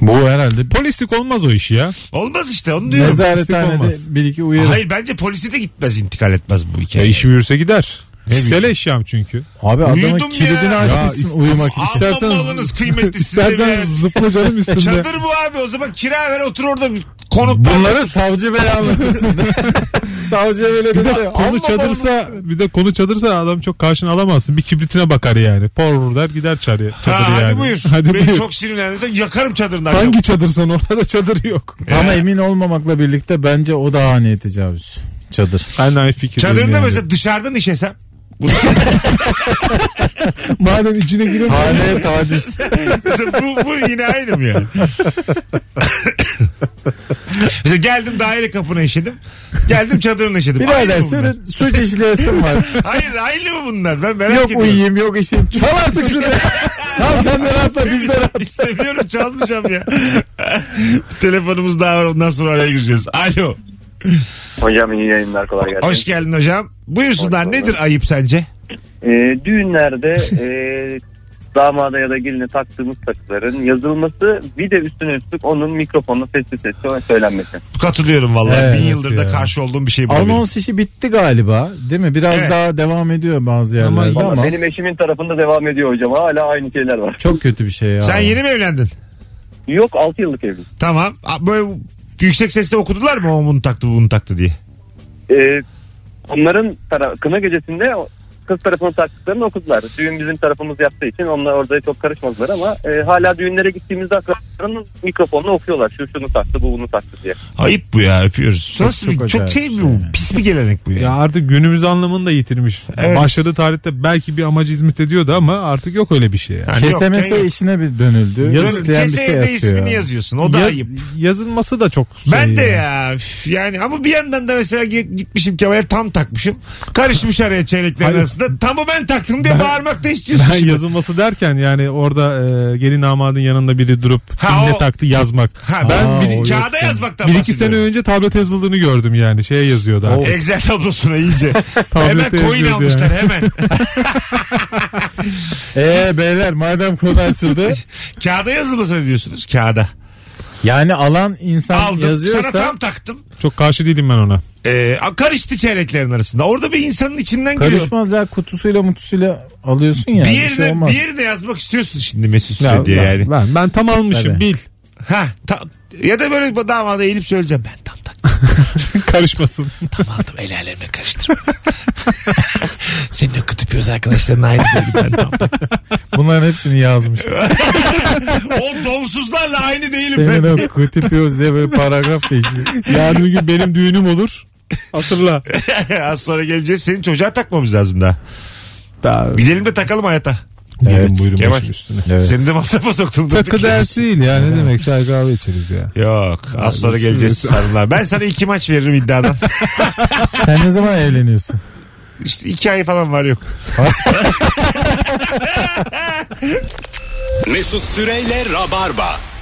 [SPEAKER 3] Bu herhalde
[SPEAKER 4] Polislik olmaz o iş ya.
[SPEAKER 2] Olmaz işte onu diyorum.
[SPEAKER 3] nezarethanede
[SPEAKER 4] olmaz.
[SPEAKER 3] bir iki uyarı.
[SPEAKER 2] Hayır bence polise de gitmez intikal etmez bu
[SPEAKER 4] Ya
[SPEAKER 2] hikaye.
[SPEAKER 4] işi yürüse gider.
[SPEAKER 2] Ne
[SPEAKER 4] Kişisel eşyam çünkü.
[SPEAKER 3] Abi
[SPEAKER 2] Uyudum
[SPEAKER 3] adamın kilidini
[SPEAKER 2] ya.
[SPEAKER 4] Ya,
[SPEAKER 3] açmışsın uyumak
[SPEAKER 2] Amma
[SPEAKER 3] için.
[SPEAKER 2] malınız kıymetli size
[SPEAKER 4] İstersen
[SPEAKER 2] be.
[SPEAKER 4] zıpla canım üstümde.
[SPEAKER 2] Çadır bu abi o zaman kira ver otur orada bir konuk.
[SPEAKER 3] Bunları savcı bey anlatırsın. savcı böyle
[SPEAKER 4] Bir de
[SPEAKER 3] dese.
[SPEAKER 4] konu çadırsa bir de konu çadırsa adam çok karşına alamazsın. Bir kibritine bakar yani. Por der gider çadır, çadır
[SPEAKER 2] Ha,
[SPEAKER 4] yani.
[SPEAKER 2] Hadi buyur.
[SPEAKER 4] Hadi
[SPEAKER 2] Beni
[SPEAKER 4] buyur.
[SPEAKER 2] çok sinirlendirsen yakarım çadırını. akşam.
[SPEAKER 4] Hangi çadırsan orada da çadır Ee? yok.
[SPEAKER 3] Ama emin olmamakla birlikte bence o da haneye tecavüz. Çadır.
[SPEAKER 4] Ben de aynı fikirdeyim.
[SPEAKER 2] Çadırında
[SPEAKER 4] yani.
[SPEAKER 2] mesela dışarıdan işesem. Bu,
[SPEAKER 4] Madem içine giremiyor.
[SPEAKER 3] Haneye taciz.
[SPEAKER 2] mesela bu, bu yine aynı mı yani? mesela geldim daire kapına işedim. Geldim çadırına işedim.
[SPEAKER 3] Birader
[SPEAKER 2] aynı mı bunlar?
[SPEAKER 3] senin suç işleyesin var.
[SPEAKER 2] Hayır aynı mı bunlar? Ben merak
[SPEAKER 3] yok
[SPEAKER 2] ediyorum.
[SPEAKER 3] uyuyayım yok işim. Çal artık şunu. Çal sen de rahatla biz de rahat.
[SPEAKER 2] İstemiyorum çalmayacağım ya. Bir Telefonumuz daha var ondan sonra araya gireceğiz. Alo.
[SPEAKER 5] Hocam iyi yayınlar kolay gelsin.
[SPEAKER 2] Hoş geldin hocam. Buyursunlar
[SPEAKER 5] Hoş bulduk.
[SPEAKER 2] nedir ayıp sence?
[SPEAKER 5] Ee, düğünlerde e, damada ya da geline taktığımız takıların yazılması bir de üstüne üstlük onun mikrofonla sesli sesli söylenmesi.
[SPEAKER 2] Katılıyorum vallahi.
[SPEAKER 3] Evet
[SPEAKER 2] Bin yıldır da
[SPEAKER 4] ya.
[SPEAKER 2] karşı olduğum bir şey bu.
[SPEAKER 3] Anons işi bitti galiba değil mi? Biraz
[SPEAKER 2] Evet.
[SPEAKER 3] daha devam ediyor bazı yerlerde
[SPEAKER 5] Vallahi
[SPEAKER 3] ama.
[SPEAKER 5] Benim eşimin tarafında devam ediyor hocam hala aynı şeyler var.
[SPEAKER 3] Çok kötü bir şey ya.
[SPEAKER 2] Sen yeni mi evlendin?
[SPEAKER 5] Yok 6 yıllık evliyiz.
[SPEAKER 2] Tamam. A- Böyle yüksek sesle okudular mı o bunu taktı bu bunu taktı diye?
[SPEAKER 5] Ee, onların tara- kına gecesinde o- kız tarafının taktıklarını okudular. Düğün bizim tarafımız yaptığı için onlar orada çok karışmadılar ama e, hala düğünlere gittiğimizde akrabaların mikrofonla okuyorlar. Şu şunu taktı bu bunu taktı diye.
[SPEAKER 2] Ayıp bu ya öpüyoruz. Nasıl
[SPEAKER 3] çok
[SPEAKER 2] bir, çok
[SPEAKER 3] acayip
[SPEAKER 2] şey
[SPEAKER 3] bir
[SPEAKER 2] bu.
[SPEAKER 3] şey.
[SPEAKER 2] Pis bir gelenek bu ya.
[SPEAKER 4] Ya artık günümüz anlamını da yitirmiş.
[SPEAKER 2] Evet.
[SPEAKER 4] Başladığı tarihte belki bir amacı hizmet ediyordu ama artık yok öyle bir şey yani.
[SPEAKER 2] Yani yok,
[SPEAKER 3] KSMS
[SPEAKER 2] ben-
[SPEAKER 3] işine bir dönüldü.
[SPEAKER 2] Yazın
[SPEAKER 3] İsteyen bir
[SPEAKER 2] kese
[SPEAKER 3] şey
[SPEAKER 2] evde
[SPEAKER 3] yapıyor.
[SPEAKER 2] ismini yazıyorsun. O da
[SPEAKER 4] Ya-
[SPEAKER 2] ayıp.
[SPEAKER 4] Yazılması da çok şey
[SPEAKER 2] Ben de
[SPEAKER 4] yani.
[SPEAKER 2] şey ya. üf, Yani ama bir yandan da mesela gi- gitmişim Kemal'e tam takmışım. Karışmış araya çeyreklerin
[SPEAKER 4] Hayır.
[SPEAKER 2] arasında. Tamı ben taktım diye bağırmak da istiyorsun.
[SPEAKER 4] Ben
[SPEAKER 2] şimdi.
[SPEAKER 4] yazılması derken yani orada e, gelin damadın yanında biri durup
[SPEAKER 2] Ha,
[SPEAKER 4] kim
[SPEAKER 2] o-
[SPEAKER 4] ne taktı yazmak.
[SPEAKER 2] Ha, ben
[SPEAKER 4] ben
[SPEAKER 3] Aa,
[SPEAKER 2] bir,
[SPEAKER 3] o
[SPEAKER 2] kağıda
[SPEAKER 3] yoksa-
[SPEAKER 2] yazmaktan
[SPEAKER 4] bir iki sene önce tablet yazıldığını gördüm yani. Şeye yazıyordu artık.
[SPEAKER 2] Excel tablosuna iyice. E, hemen
[SPEAKER 4] Tablette
[SPEAKER 2] coin
[SPEAKER 4] yazıyordu
[SPEAKER 2] almışlar hemen.
[SPEAKER 3] Ee beyler madem konu açıldı.
[SPEAKER 2] kağıda yazılmasını diyorsunuz kağıda.
[SPEAKER 3] yani alan insan
[SPEAKER 2] Aldım sana
[SPEAKER 3] yazıyorsa
[SPEAKER 2] tam taktım.
[SPEAKER 4] Çok karşı değilim ben ona.
[SPEAKER 2] Ee, karıştı çeyreklerin arasında. Orada bir insanın içinden giriyor.
[SPEAKER 3] karışmaz ya kutusuyla mutusuyla alıyorsun ya.
[SPEAKER 2] Bir
[SPEAKER 3] Bir, şey
[SPEAKER 2] yerine,
[SPEAKER 3] olmaz.
[SPEAKER 2] bir yerine yazmak istiyorsun şimdi Mesut
[SPEAKER 4] Ya,
[SPEAKER 2] Süre diye
[SPEAKER 4] ben,
[SPEAKER 2] yani.
[SPEAKER 4] ben, ben tam almışım
[SPEAKER 3] Tabii.
[SPEAKER 4] bil.
[SPEAKER 2] Ha, ta- ya da böyle damada eğilip söyleyeceğim ben tam taktım.
[SPEAKER 4] Karışmasın.
[SPEAKER 2] Tam aldım el alemle karıştırma. Senin o kıtıp göz arkadaşların aynı değil ben tam taktım.
[SPEAKER 3] Bunların hepsini yazmış.
[SPEAKER 2] O donsuzlarla aynı değilim ben.
[SPEAKER 3] Senin o kutipiyoruz diye böyle paragraf değişiyor.
[SPEAKER 4] Yarın bir gün benim düğünüm olur. Hatırla.
[SPEAKER 2] Az sonra geleceğiz. Senin çocuğa takmamız lazım daha.
[SPEAKER 4] Daha,
[SPEAKER 2] Gidelim de takalım hayata.
[SPEAKER 4] Gelin buyurun
[SPEAKER 2] Kemal.
[SPEAKER 4] başım üstüne.
[SPEAKER 3] Evet.
[SPEAKER 2] Seni de masrafa soktum.
[SPEAKER 4] Takı
[SPEAKER 2] durduk yere.
[SPEAKER 4] dersi değil ya ne demek çay kahve içeriz ya.
[SPEAKER 2] Yok az sonra geleceğiz sarımlar. Ben sana iki maç veririm iddiadan.
[SPEAKER 3] Sen ne zaman evleniyorsun?
[SPEAKER 2] İşte iki ay falan var yok.
[SPEAKER 1] Mesut Süreyle Rabarba.